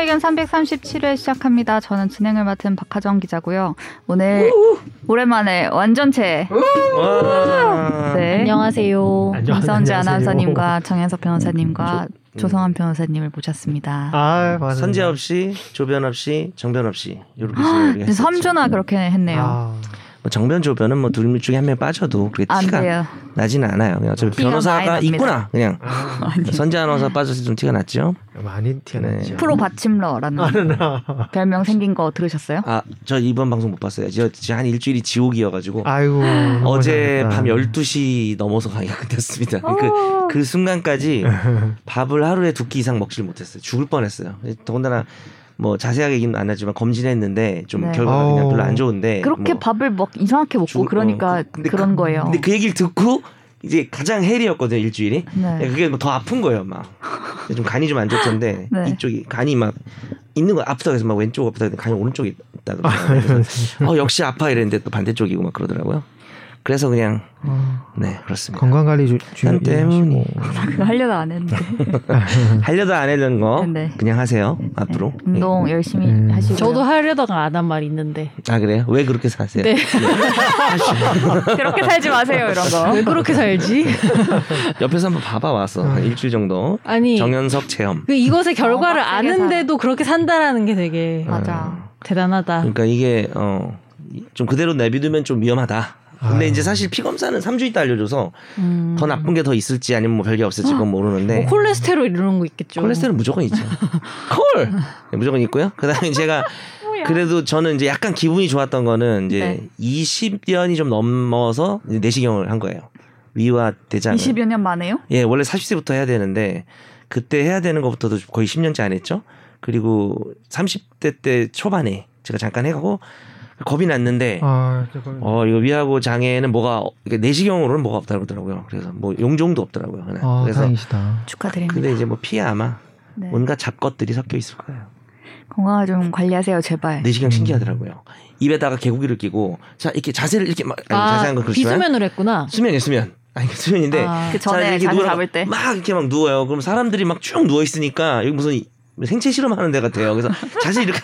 의견 337회 시작합니다. 저는 진행을 맡은 박하정 기자고요. 오늘 오랜만에 완전체 와. 네. 안녕하세요. 안녕하세요. 김선지 안녕하세요. 아나운서님과 정현석 변호사님과 음. 조성한 변호사님을 모셨습니다. 아, 맞아요. 선재엽 씨, 조변엽 씨, 정변엽 씨 이렇게 아, 우리가 했었죠. 삼주나 그렇게 했네요. 아, 뭐 정변 조변은 뭐둘 중에 한 명 빠져도 그게 안 티가 돼요. 나지는 않아요. 그냥 어차피 티가 변호사가 많이 납니다. 있구나 그냥 아, 선재 아나운서 빠져서 좀 티가 났죠. 많이 네. 튀어나죠. 프로 받침러라는 별명 생긴 거 들으셨어요? 아 저 이번 방송 못 봤어요. 저, 저한 일주일이 지옥이어가지고 아이고. 어제 너무 밤 잘했다. 12시 넘어서 강의가 끝났습니다. 그, 그 순간까지 밥을 하루에 두 끼 이상 먹질 못했어요. 죽을 뻔했어요. 더군다나 뭐 자세하게 얘기는 안 하지만 검진했는데 좀 네. 결과가 그냥 아우. 별로 안 좋은데 그렇게 뭐 밥을 막 이상하게 먹고 죽을- 그러니까 어, 그- 근데 그런 거예요. 근데 그 얘기를 듣고 이제 가장 헬이었거든요 일주일이. 네. 그게 뭐 더 아픈 거예요 막. 근데 좀 간이 좀 안 좋던데 네. 이쪽이 간이 막 있는 거 아프다 그래서 막 왼쪽 아프다 근데 간이 오른쪽에 있다 그러더라고요. 그래서 어 역시 아파 이랬는데 또 반대쪽이고 막 그러더라고요. 그래서 그냥 어, 네 그렇습니다. 건강 관리 주, 난 주의하시고. 때문이 그거 하려다 안 했는데. 하려다 음. 안 하는 거 네. 그냥 하세요 앞으로. 운동 열심히 음. 하시고. 저도 하려다가 안 한 말 있는데 예. 아 그래요? 왜 그렇게 사세요? 네. 그렇게 살지 마세요 이런 어? 왜 거. 그렇게 살지? 옆에서 한번 봐봐 와서 아, 한 네. 일주일 정도 아니 정연석 체험. 그 이것의 결과를 어, 빡세게 아는데도 그렇게 산다라는 게 어. 되게 맞아. 대단하다. 그러니까 이게 어 좀 그대로 내비두면 좀 위험하다. 근데 아유. 이제 사실 피 검사는 3주 있다 알려줘서 음. 더 나쁜 게 더 있을지 아니면 뭐 별게 없을지 그건 모르는데 뭐 콜레스테롤 이런 거 있겠죠. 콜레스테롤 무조건 있죠. 콜 네, 무조건 있고요. 그다음에 제가 그래도 저는 이제 약간 기분이 좋았던 거는 이제 20년이 좀 넘어서 이제 내시경을 한 거예요. 위와 대장. 20여 년 만에요? 예, 원래 40세부터 해야 되는데 그때 해야 되는 것부터도 거의 10년째 안 했죠. 그리고 30대 때 초반에 제가 잠깐 해가고 겁이 났는데 아, 조금. 어 이거 위하고 장애는 뭐가 어, 이게 내시경으로는 뭐가 없다고 그러더라고요. 그래서 뭐 용종도 없더라고요. 그냥. 아, 그래서 다행이시다. 축하드립니다. 근데 이제 뭐 피에 아마 네. 온갖 잡것들이 섞여 있을 거예요. 건강을 좀 관리하세요 제발. 음. 내시경 신기하더라고요. 입에다가 개구리를 끼고 자 이렇게 자세를 이렇게 막 아니, 아, 자세한 건 그렇지만 비수면을 했구나. 수면이 수면 아니 수면인데 아, 그 자, 전에 잠 누워요. 잡을 때. 막 이렇게 막 누워요. 그럼 사람들이 막 쭉 누워 있으니까 여기 무슨 생체 실험하는 데 같아요. 그래서 자세 이렇게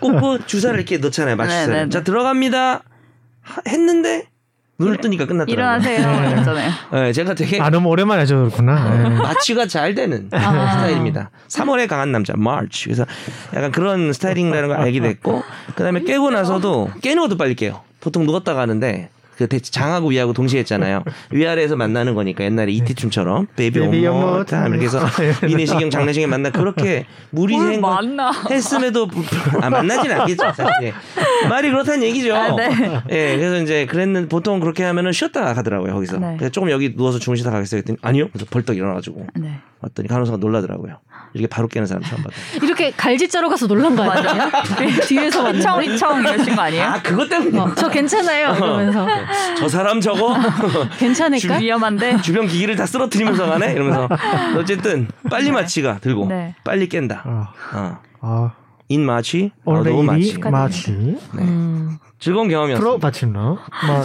꽂고 그 주사를 이렇게 넣잖아요. 네, 네, 맞추세요. 네. 자 들어갑니다. 하- 했는데 눈을 뜨니까 끝났더라고요. 일어나세요 이랬잖아요. 네, 제가 되게 어, 아, 너무 오랜만에 하셨구나. 네. 마취가 잘 되는 스타일입니다. 3월에 강한 남자 마치 그래서 약간 그런 스타일이라는 걸 알게 됐고 그다음에 깨고 나서도 깨는 것도 빨리 깨요. 보통 누웠다가 하는데 그 대- 장하고 위하고 동시에 했잖아요. 위아래에서 만나는 거니까 옛날에 이티춤처럼 베이비 Baby one more 온모 타 이렇게 해서 네. 미내시경 장내시경 만나 그렇게 무리 뭘 생 만나. 했음에도 불- 아 만나진 않겠죠. 사실. 예. 말이 그렇다는 얘기죠. 아, 네. 예, 그래서 이제 그랬는 보통 그렇게 하면은 쉬었다 가더라고요 거기서. 네. 그래서 조금 여기 누워서 주무시다 가겠어요. 그랬더니 아니요. 그래서 벌떡 일어나가지고 네. 왔더니 간호사가 놀라더라고요. 이렇게 바로 깨는 사람 처음 봤다. 이렇게 갈짓자로 가서 놀란 거 아니에요? 네, 뒤에서 이청 봤는데. 이청 이러신 거 아니에요? 아 그것 때문에 어, 저 괜찮아요. 이러면서 저 사람 저거 네. 괜찮을까? 위험한데. 주변 기기를 다 쓰러뜨리면서 가네 이러면서 어쨌든 빨리 마취가 들고 네. 빨리 깬다. 아, 어. 아, 인 마취, 아웃 올레이 마취. 마치 네. 음. 즐거운 프로 경험이었어요. 받침러.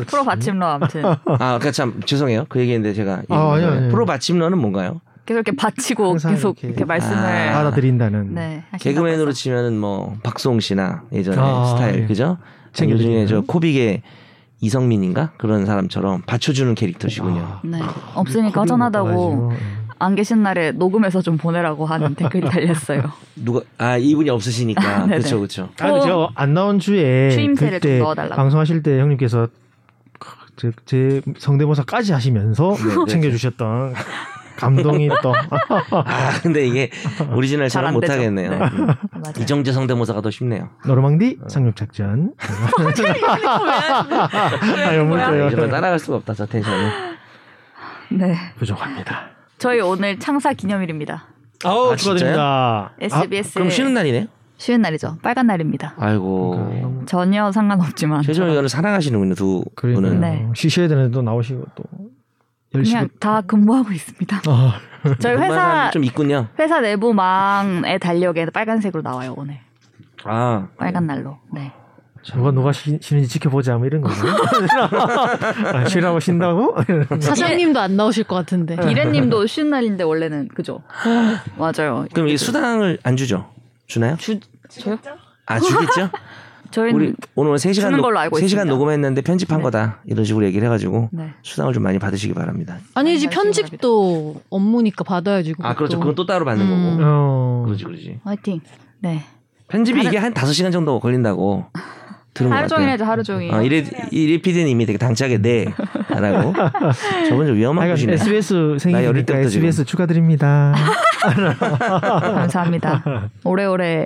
프로 받침러 아무튼 아, 그러니까 참 죄송해요. 그 얘기인데 제가 아, 아니요, 아니요. 프로 받침러는 뭔가요? 계속 이렇게 받치고 항상 계속 이렇게, 이렇게 말씀을 아. 받아들인다는. 네 하신다고 개그맨으로 해서. 치면은 뭐 박송 씨나 예전에 아, 스타일 예. 그죠? 챙겨드리는. 요즘에 저 코빅의 이성민인가 그런 사람처럼 받쳐주는 캐릭터시군요. 아, 네 없으니까 코빅 허전하다고 못 네. 봐가지고. 안 계신 날에 녹음해서 좀 보내라고 하는 댓글이 달렸어요. 누가 아 이분이 없으시니까 네네. 그렇죠 그렇죠. 아, 근데 제가 안 나온 주에 추임새를 좀 그때 넣어달라고. 방송하실 때 형님께서 제, 제 성대모사까지 하시면서 네, 네. 챙겨주셨던 감동이 또 아 근데 이게 잘 오리지널처럼 안 되죠. 못하겠네요. 네. 음. 맞아요. 이정재 성대모사가 더 쉽네요. 노르망디 상륙작전 아, 아, 연물대요. 네. 이정도 따라갈 수가 없다 저 텐션이. 네 부족합니다. 저희 오늘 창사 기념일입니다. 아우 아, 축하드립니다. SBS 그럼 쉬는 날이네요. 쉬는 날이죠. 빨간 날입니다. 아이고 전혀 상관없지만 최종 의견을 사랑하시는군요 두 분은. 네. 아, 쉬셔야 되는데 또 나오시고 또 열심히 그냥 다 근무하고 있습니다. 아, 저희 궁금한 회사 사람이 좀 있군요. 회사 내부망의 달력에 빨간색으로 나와요 오늘 아 빨간 날로. 네. 누가 누가 쉬, 쉬는지 지켜보자 뭐 이런 거죠. 아, 쉬라고 쉰다고? 사장님도 안 나오실 것 네. 같은데. 비례님도 쉬는 날인데 원래는 그죠? 맞아요. 그럼 이 수당을 안 주죠? 주나요? 주 저요? 아 주겠죠? 저희는 우리 오늘 3시간 주는 녹, 걸로 알고 3시간 있습니다. 녹음했는데 편집한 네. 거다 이런 식으로 얘기를 해가지고 네. 수당을 좀 많이 받으시기 바랍니다. 아니지 아, 편집도 업무니까 받아야지. 아 그렇죠. 그건 또 따로 받는 음. 거고. 어. 그렇지 그렇지. 화이팅. 네. 편집이 다른- 이게 한 5시간 정도 걸린다고 들은 것 하루 종일 같아요. 해줘 하루 종일. 어, 이래 이래 피디님이 되게 당차게 네라고 저분 좀 위험한 아, 분이네. SBS 어릴 생일이니까 때부터 지금. SBS 축하드립니다. 감사합니다. 오래오래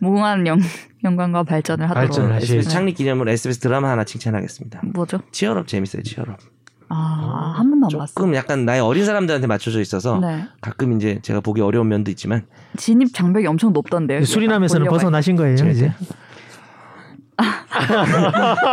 무궁한 영, 영광과 발전을 하도록. 발전을 하시- SBS 네. 창립 기념으로 SBS 드라마 하나 칭찬하겠습니다. 뭐죠? 치열업 재밌어요. 치열업. 아, 한 번도 안 봤어. 어, 조금 약간 나이 어린 사람들한테 맞춰져 있어서 네. 가끔 이제 제가 보기 어려운 면도 있지만 진입 장벽이 엄청 높던데요. 네, 수리남에서는 올려봐요. 벗어나신 거예요, 제가 이제.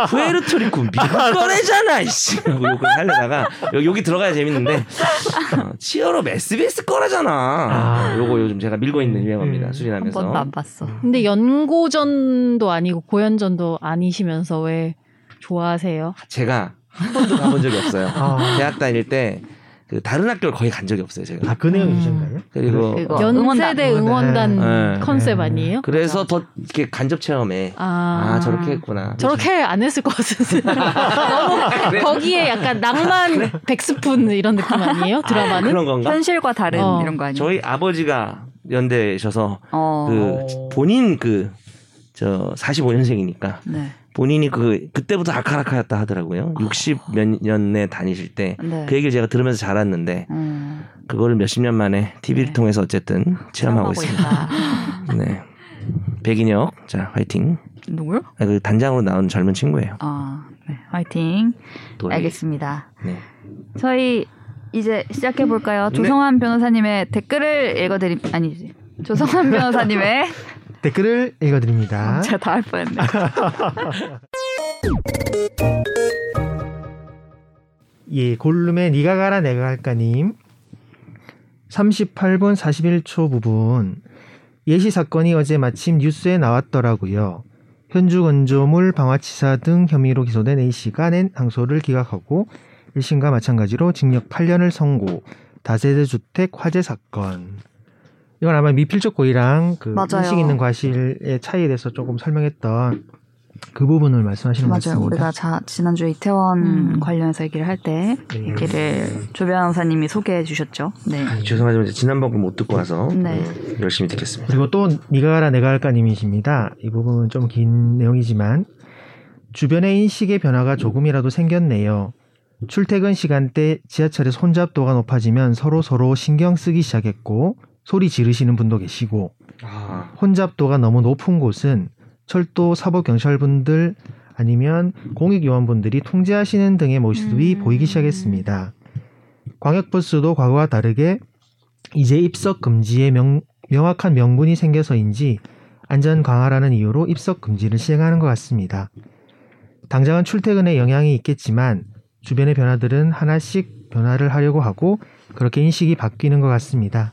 푸에르토리코 미국 거래잖아 이씨 하고 욕을 하려다가 여기, 여기 들어가야 재밌는데 어, 치열업 SBS 거라잖아 아. 요거 요즘 제가 밀고 있는 유행어입니다 음. 한 수리나면서 음. 번도 안 봤어. 근데 연고전도 아니고 고연전도 아니시면서 왜 좋아하세요? 제가 한 번도 가본 적이 없어요 아. 대학 다닐 때 그 다른 학교를 거의 간 적이 없어요 제가 아, 근혜영 음. 유신가요? 그리고 그리고- 어, 응원단, 연세대 응원단, 응원단. 네. 컨셉 네. 아니에요? 그래서 더 이렇게 간접 체험에 아, 저렇게 했구나 저렇게 안 했을 것 같은데 너무 거기에 약간 낭만 백스푼 이런 느낌 아니에요 드라마는 그런 건가? 현실과 다른 어. 이런 거 아니에요? 저희 아버지가 연대셔서 어. 그 본인 그 저 45년생이니까 네. 본인이 그 그때부터 아카라카였다 하더라고요. 60 몇 년에 다니실 때 그 아. 네. 얘기를 제가 들으면서 자랐는데 음, 그거를 몇십 년 만에 TV를 네. 통해서 어쨌든 체험하고 있습니다. 있다. 네. 백인혁, 자 화이팅. 누구요? 아, 그 단장으로 나온 젊은 친구예요. 아, 네. 화이팅. 도리. 알겠습니다. 네. 저희 이제 시작해 볼까요? 네. 조성환 변호사님의 댓글을 읽어드림 아니지. 조성환 변호사님의 댓글을 읽어드립니다. 제가 다 할 뻔했네. 아, 예, 골룸의 니가 가라 내가 갈까님 38분 41초 부분 예시 사건이 어제 마침 뉴스에 나왔더라고요. 현주 건조물 방화치사 등 혐의로 기소된 A씨가 낸 항소를 기각하고 1심과 마찬가지로 징역 8년을 선고 다세대 주택 화재 사건 이건 아마 미필적 고의랑 그 맞아요. 인식 있는 과실의 차이에 대해서 조금 설명했던 그 부분을 말씀하시는 것 맞아요. 같습니다. 우리가 자, 지난주에 이태원 음. 관련해서 얘기를 할 때 네. 얘기를 조 변호사님이 소개해 주셨죠. 네. 죄송하지만 이제 지난번 거못 듣고 와서 네. 음, 열심히 듣겠습니다. 그리고 또 니가 가라 내가 할까님이십니다. 이 부분은 좀 긴 내용이지만 주변의 인식의 변화가 조금이라도 생겼네요. 출퇴근 시간대 지하철에 손잡도가 높아지면 서로 서로 신경 쓰기 시작했고 소리 지르시는 분도 계시고 아, 혼잡도가 너무 높은 곳은 철도 사법 경찰분들 아니면 공익요원분들이 통제하시는 등의 모습이 음. 보이기 시작했습니다. 광역버스도 과거와 다르게 이제 입석 금지에 명, 명확한 명분이 생겨서인지 안전 강화라는 이유로 입석 금지를 시행하는 것 같습니다. 당장은 출퇴근에 영향이 있겠지만 주변의 변화들은 하나씩 변화를 하려고 하고 그렇게 인식이 바뀌는 것 같습니다.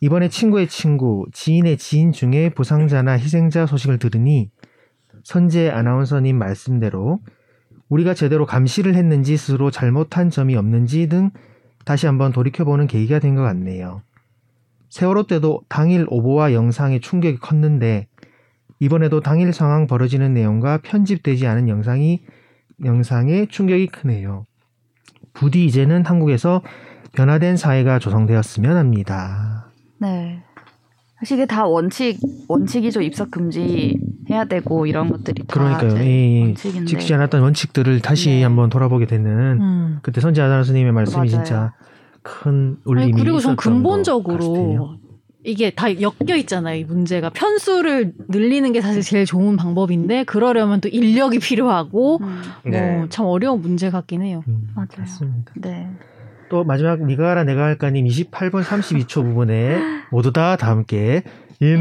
이번에 친구의 친구, 지인의 지인 중에 부상자나 희생자 소식을 들으니 선재 아나운서님 말씀대로 우리가 제대로 감시를 했는지 스스로 잘못한 점이 없는지 등 다시 한번 돌이켜보는 계기가 된 것 같네요. 세월호 때도 당일 오보와 영상의 충격이 컸는데 이번에도 당일 상황 벌어지는 내용과 편집되지 않은 영상이 영상의 충격이 크네요. 부디 이제는 한국에서 변화된 사회가 조성되었으면 합니다. 네. 사실 이게 다 원칙 원칙이죠. 입석 금지 해야 되고 이런 것들이 다 그러니까요. 이제 아, 예, 예. 네. 원칙인데. 지키지 않았던 원칙들을 다시 네. 한번 돌아보게 되는 음. 그때 선지 아나운서님의 말씀이 맞아요. 진짜 큰 울림이 아니, 그리고 전 있었던 것 같아요. 근본적으로 이게 다 엮여 있잖아요 이 문제가 편수를 늘리는 게 사실 제일 좋은 방법인데 그러려면 또 인력이 필요하고 음, 네. 뭐 참 어려운 문제 같긴 해요 음, 맞아요. 맞습니다. 네. 또 마지막 니가 하라 내가 할까님 28분 32초 부분에 모두 다 다 함께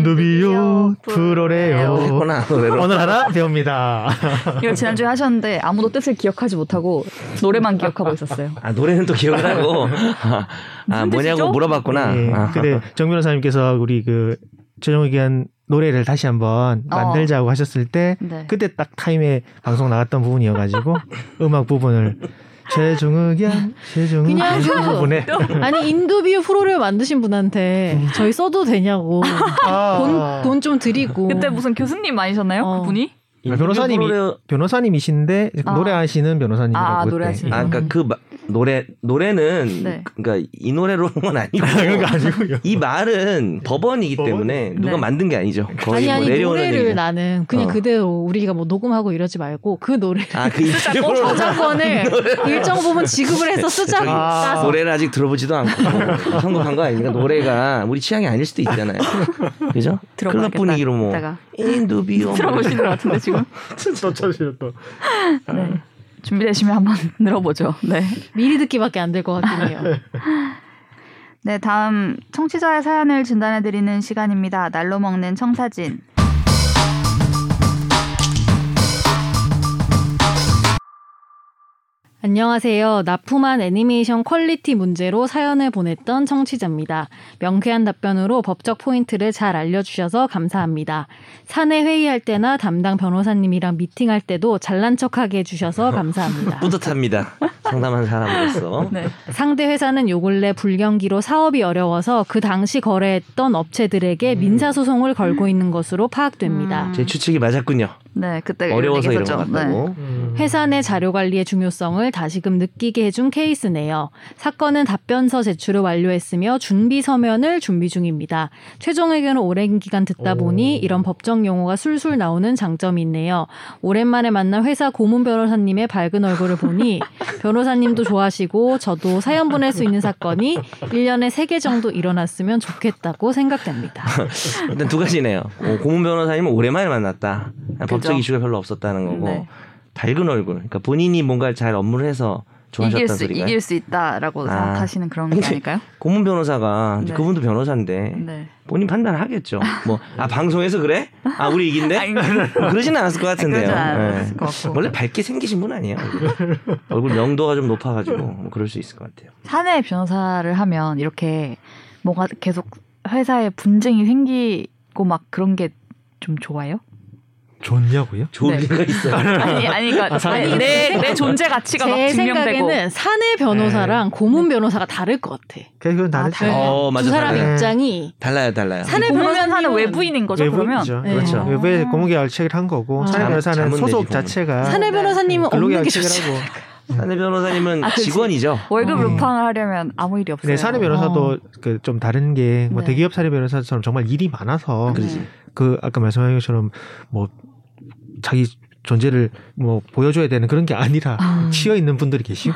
인두비요 프로레요 했구나 노래로. 오늘 하나 배웁니다. 이걸 지난주에 하셨는데 아무도 뜻을 기억하지 못하고 노래만 기억하고 있었어요. 아 노래는 또 기억을 하고 아, 아 무슨 뜻이죠? 뭐냐고 물어봤구나. 예. 아. 근데 정 변호사님께서 우리 그 최종 의견 노래를 다시 한번 어. 만들자고 하셨을 때 네. 그때 딱 타임에 방송 나갔던 부분이어가지고 음악 부분을 최종의견, 최종의견 그냥 그- 부분에 아니 인두비유 프로를 만드신 분한테 음. 저희 써도 되냐고 아. 돈 좀 드리고 그때 뭐 무슨 교수님 아니셨나요? 어. 그분이? 아, 변호사님이 프로레- 변호사님이신데 아. 노래하시는 변호사님이라고 아, 그때. 노래하시는. 아, 그러니까 그 마- 노래 노래는 네. 그러니까 이 노래로 온 건 아니고 그런 거 아니고요. 이 말은 법원이기 법원? 때문에 누가 네. 만든 게 아니죠. 거의 아니 뭐 아니 내려오는 노래를 얘기죠. 나는 그냥 어. 그대로 우리가 뭐 녹음하고 이러지 말고 그 노래를 아, 그뭐 이름으로 저작권을 일정 부분 지급을 해서 쓰자고 아. 따서 노래를 아직 들어보지도 않고 선곡한 거 아니니까 노래가 우리 취향이 아닐 수도 있잖아요. 그죠? 클럽 들어봐야겠다. 분위기로 뭐 이따가 인두비오 뭐 들어보시는 것 같은데 지금. 또 쳐주세요, 또. 네. 준비되시면 한번 들어보죠. 네. 미리 듣기밖에 안 될 것 같긴 해요. 네, 다음 청취자의 사연을 진단해 드리는 시간입니다. 날로 먹는 청사진. 안녕하세요. 납품한 애니메이션 퀄리티 문제로 사연을 보냈던 청취자입니다. 명쾌한 답변으로 법적 포인트를 잘 알려주셔서 감사합니다. 사내 회의할 때나 담당 변호사님이랑 미팅할 때도 잘난 척하게 해주셔서 감사합니다. 뿌듯합니다. 상담한 사람으로서 네. 상대 회사는 요 근래 불경기로 사업이 어려워서 그 당시 거래했던 업체들에게 민사소송을 걸고 있는 것으로 파악됩니다. 음. 제 추측이 맞았군요. 네, 그때 어려워서 이런 것 얘기했었죠. 네. 같다고. 음. 회사 내 자료 관리의 중요성을 다시금 느끼게 해준 케이스네요. 사건은 답변서 제출을 완료했으며 준비 서면을 준비 중입니다. 최종 의견을 오랜 기간 듣다 오. 보니 이런 법적 용어가 술술 나오는 장점이 있네요. 오랜만에 만난 회사 고문 변호사님의 밝은 얼굴을 보니 변호사님도 좋아하시고 저도 사연 보낼 수 있는 사건이 1년에 3개 정도 일어났으면 좋겠다고 생각됩니다. 일단 두 가지네요. 어, 고문 변호사님은 오랜만에 만났다. 그죠. 법적 이슈가 별로 없었다는 거고 네. 밝은 얼굴. 그러니까 본인이 뭔가를 잘 업무를 해서 이길 좋아하셨다는 수 소리가. 요 이길 수 있다라고 아. 생각하시는 그런 게 아닐까요? 고문 변호사가 이제 네. 그분도 변호사인데 네. 본인 판단을 하겠죠. 뭐 아 방송에서 그래? 아 우리 이긴데? 뭐 아니, 그러진 않았을 것 같은데요. 아, 그러진 네. 않았을 것 같고. 원래 밝게 생기신 분 아니에요? 얼굴. 얼굴 명도가 좀 높아가지고 뭐 그럴 수 있을 것 같아요. 사내 변호사를 하면 이렇게 뭔가 계속 회사에 분쟁이 생기고 막 그런 게 좀 좋아요? 좋냐고요? 좋은 네. 리가 있어요. 아니, 아니, 그러니까 아니, 내, 내 존재 가치가 막 제 증명되고. 네. 생각에는 사내 변호사랑 고문 변호사가 다를 것 같아. 그건 아, 다르죠. 달라요. 어, 맞아, 두 사람 네. 달라요. 입장이 달라요, 달라요. 사내 보면 사는 변호사는 외부인인 거죠, 그러면? 외부죠. 네. 그렇죠. 외부에 고무계열 책을 한 거고 아. 사내 잠- 변호사는 잠은 소속 내지, 자체가 사내 변호사님은 없는 근로계약 게 책을 좋지. 하고 사내 변호사님은 아, 그치. 직원이죠. 월급 음. 루팡을 하려면 아무 일이 없어요. 네, 사내 변호사도 그 좀 다른 게 뭐 네. 그렇죠. 대기업 사내 변호사처럼 정말 일이 음. 많아서 그러지. 그 아까 말씀하신 것처럼 뭐 자기 존재를 뭐 보여줘야 되는 그런 게 아니라 치여 있는 분들이 계시고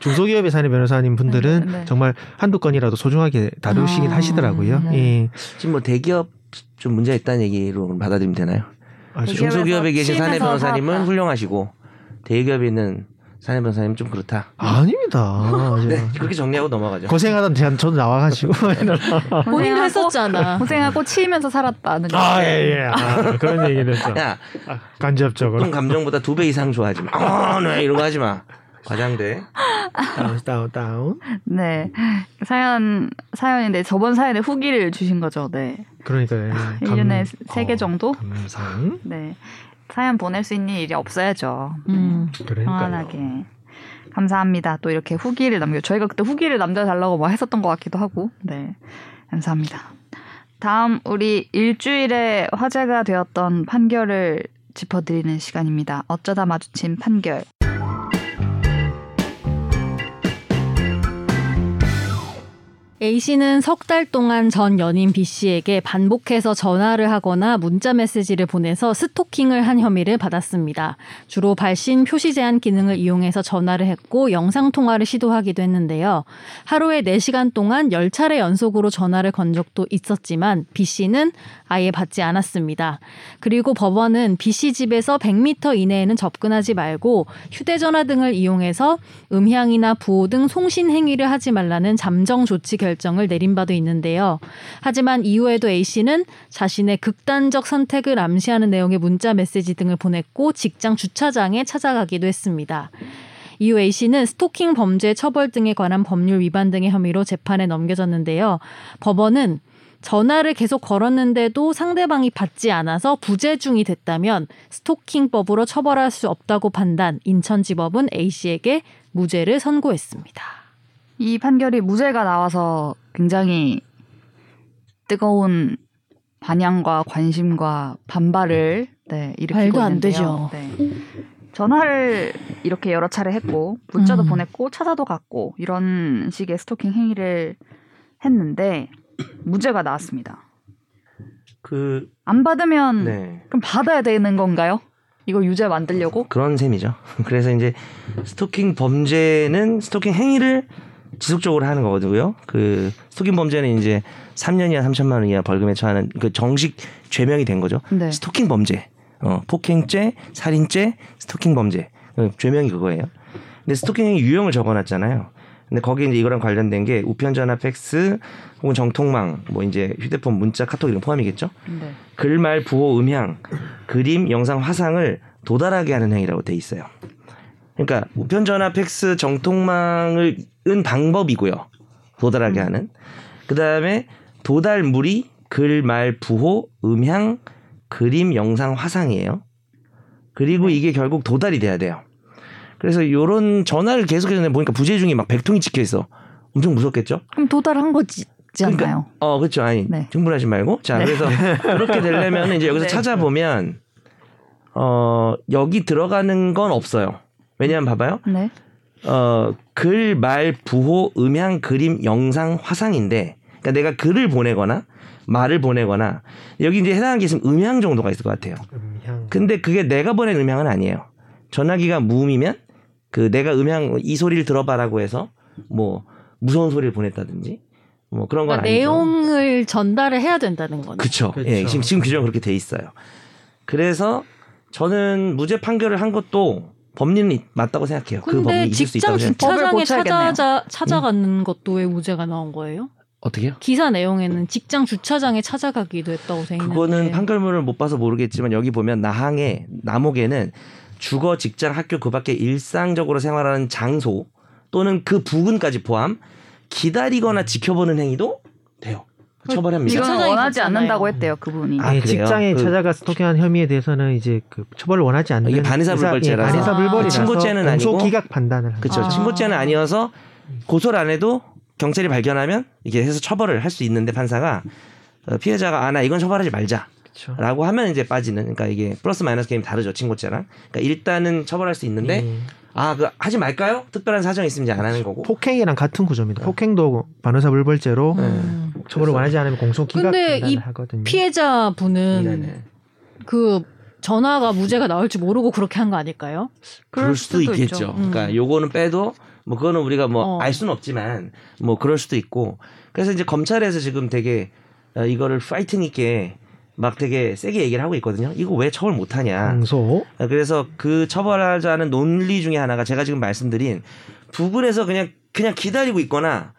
중소기업의 사내 변호사님 분들은 네, 네. 정말 한두 건이라도 소중하게 다루시긴 아, 하시더라고요. 네. 예. 지금 뭐 대기업 좀 문제가 있다는 얘기로 받아들이면 되나요? 아, 되게 중- 중소기업에 계신 사내 취임해서 변호사님은 사업가. 훌륭하시고 대기업에 있는 사내 변호사님 은좀 그렇다. 뭐 아닙니다. 네, 제가 그렇게 정리하고 넘어가죠. 고생하던 제 저도 나와가지고 본인도 고생하고- 했었잖아. 고생하고 치이면서 살았다는. 아 예예 아, 그런 얘기를 했죠. 야, 보통 간접적으로 감정보다 두 배 이상 좋아하지 마. 아, 네, 이런 거 하지 마. 과장돼. 다운 다운 다운 네. 사연, 사연인데 저번 사연에 후기를 주신 거죠. 네. 그러니까 일 년에 세개 어. 정도? 감상 네. 사연 보낼 수 있는 일이 없어야죠. 음. 그러니까 평안하게. 감사합니다. 또 이렇게 후기를 남겨. 저희가 그때 후기를 남겨달라고 막 했었던 것 같기도 하고. 네. 감사합니다. 다음 우리 일주일에 화제가 되었던 판결을 짚어드리는 시간입니다. 어쩌다 마주친 판결. A씨는 석 달 동안 전 연인 B씨에게 반복해서 전화를 하거나 문자 메시지를 보내서 스토킹을 한 혐의를 받았습니다. 주로 발신 표시 제한 기능을 이용해서 전화를 했고 영상통화를 시도하기도 했는데요. 하루에 4시간 동안 10차례 연속으로 전화를 건 적도 있었지만 B씨는 아예 받지 않았습니다. 그리고 법원은 B씨 집에서 100m 이내에는 접근하지 말고 휴대전화 등을 이용해서 음향이나 부호 등 송신 행위를 하지 말라는 잠정 조치 결정을 내린 바도 있는데요. 하지만 이후에도 A씨는 자신의 극단적 선택을 암시하는 내용의 문자 메시지 등을 보냈고 직장 주차장에 찾아가기도 했습니다. 이후 A씨는 스토킹 범죄 처벌 등에 관한 법률 위반 등의 혐의로 재판에 넘겨졌는데요. 법원은 전화를 계속 걸었는데도 상대방이 받지 않아서 부재중이 됐다면 스토킹법으로 처벌할 수 없다고 판단 인천지법은 A 씨에게 무죄를 선고했습니다. 이 판결이 무죄가 나와서 굉장히 뜨거운 반향과 관심과 반발을 네, 일으키고 말도 안 있는데요. 되죠. 네. 전화를 이렇게 여러 차례 했고 문자도 음. 보냈고 찾아도 갔고 이런 식의 스토킹 행위를 했는데 무죄가 나왔습니다. 그 안 받으면 네. 그럼 받아야 되는 건가요? 이거 유죄 만들려고? 그런 셈이죠. 그래서 이제 스토킹 범죄는 스토킹 행위를 지속적으로 하는 거거든요. 그 스토킹 범죄는 이제 3년 이하 3천만 원 이하 벌금에 처하는 그 정식 죄명이 된 거죠. 네. 스토킹 범죄, 어, 폭행죄, 살인죄, 스토킹 범죄 어, 죄명이 그거예요. 근데 스토킹의 유형을 적어놨잖아요. 근데 거기 이제 이거랑 관련된 게 우편 전화, 팩스 혹은 정통망, 뭐 이제 휴대폰, 문자, 카톡 이런 포함이겠죠. 네. 글말, 부호, 음향, 그림, 영상, 화상을 도달하게 하는 행위라고 돼 있어요. 그러니까 우편 전화, 팩스, 정통망을 은 방법이고요. 도달하게 음. 하는. 그다음에 도달물이 글말, 부호, 음향, 그림, 영상, 화상이에요. 그리고 이게 결국 도달이 돼야 돼요. 그래서 요런 전화를 계속해서 내가 보니까 부재중이 막 100통이 찍혀 있어. 엄청 무섭겠죠? 그럼 도달한 거지 지 그러니까- 않나요? 어, 그렇죠. 아니, 네. 충분하지 말고. 자, 네. 그래서 그렇게 되려면 이제 여기서 네. 찾아보면 어, 여기 들어가는 건 없어요. 왜냐면 봐봐요. 네. 어, 글, 말, 부호, 음향, 그림, 영상, 화상인데 그러니까 내가 글을 보내거나 말을 보내거나 여기 이제 해당하는 게 있으면 음향 정도가 있을 것 같아요. 음향. 근데 그게 내가 보낸 음향은 아니에요. 전화기가 무음이면 그 내가 음향 이 소리를 들어봐라고 해서 뭐 무서운 소리를 보냈다든지 뭐 그런 건 그러니까 아니죠. 내용을 전달을 해야 된다는 거네. 그쵸. 그쵸. 예, 지금, 지금 규정 그렇게 돼 있어요. 그래서 저는 무죄 판결을 한 것도 법리는 있- 맞다고 생각해요. 그 법리 근데 있을 수 있다고 직장 생각해요. 음. 법을 주차장에 고쳐야겠네요. 찾아 찾아가는 것도 왜 무죄가 나온 거예요? 어떻게요? 기사 내용에는 직장 주차장에 찾아가기도 했다고 돼 있는데. 그거는 판결문을 못 봐서 모르겠지만 여기 보면 나항에 남옥에는 주거, 직장, 학교 그 밖에 일상적으로 생활하는 장소 또는 그 부근까지 포함 기다리거나 지켜보는 행위도 돼요. 처벌합니다. 이건 이건- 찾아가긴 원하지 했잖아요. 않는다고 했대요 그분이. 아, 예, 그래요? 직장에 그- 찾아가 스토킹한 혐의에 대해서는 이제 그 처벌을 원하지 않는 이게 반의사불벌죄라서. 의사- 예, 반의사불벌이라서 아. 친고죄는 아니고. 공소 기각 판단을 하죠. 그렇죠. 아. 친고죄는 아니어서 고소를 안 해도 경찰이 발견하면 이게 해서 처벌을 할 수 있는데 판사가 어, 피해자가 아나 이건 처벌하지 말자라고 그렇죠. 하면 이제 빠지는 그러니까 이게 플러스 마이너스 게임 다르죠 친고죄랑 그러니까 일단은 처벌할 수 있는데 예. 아 그 하지 말까요? 특별한 사정이 있으면 이제 안 하는 거고 폭행이랑 같은 구조입니다. 폭행도 반의사불벌죄로 네. 음. 처벌을 원하지 않으면 공소 기각 근데 이 판단을 하거든요. 피해자 분은 음. 네네. 그 전화가 무죄가 나올지 모르고 그렇게 한 거 아닐까요? 그럴 수도 있겠죠. 그러니까 음. 요거는 빼도 뭐 그거는 우리가 뭐 어. 알 수는 없지만 뭐 그럴 수도 있고 그래서 이제 검찰에서 지금 되게 어, 이거를 파이팅 있게 막 되게 세게 얘기를 하고 있거든요. 이거 왜 처벌 못하냐. 공소 어, 그래서 그 처벌하자는 논리 중에 하나가 제가 지금 말씀드린 부근에서 그냥 그냥 기다리고 있거나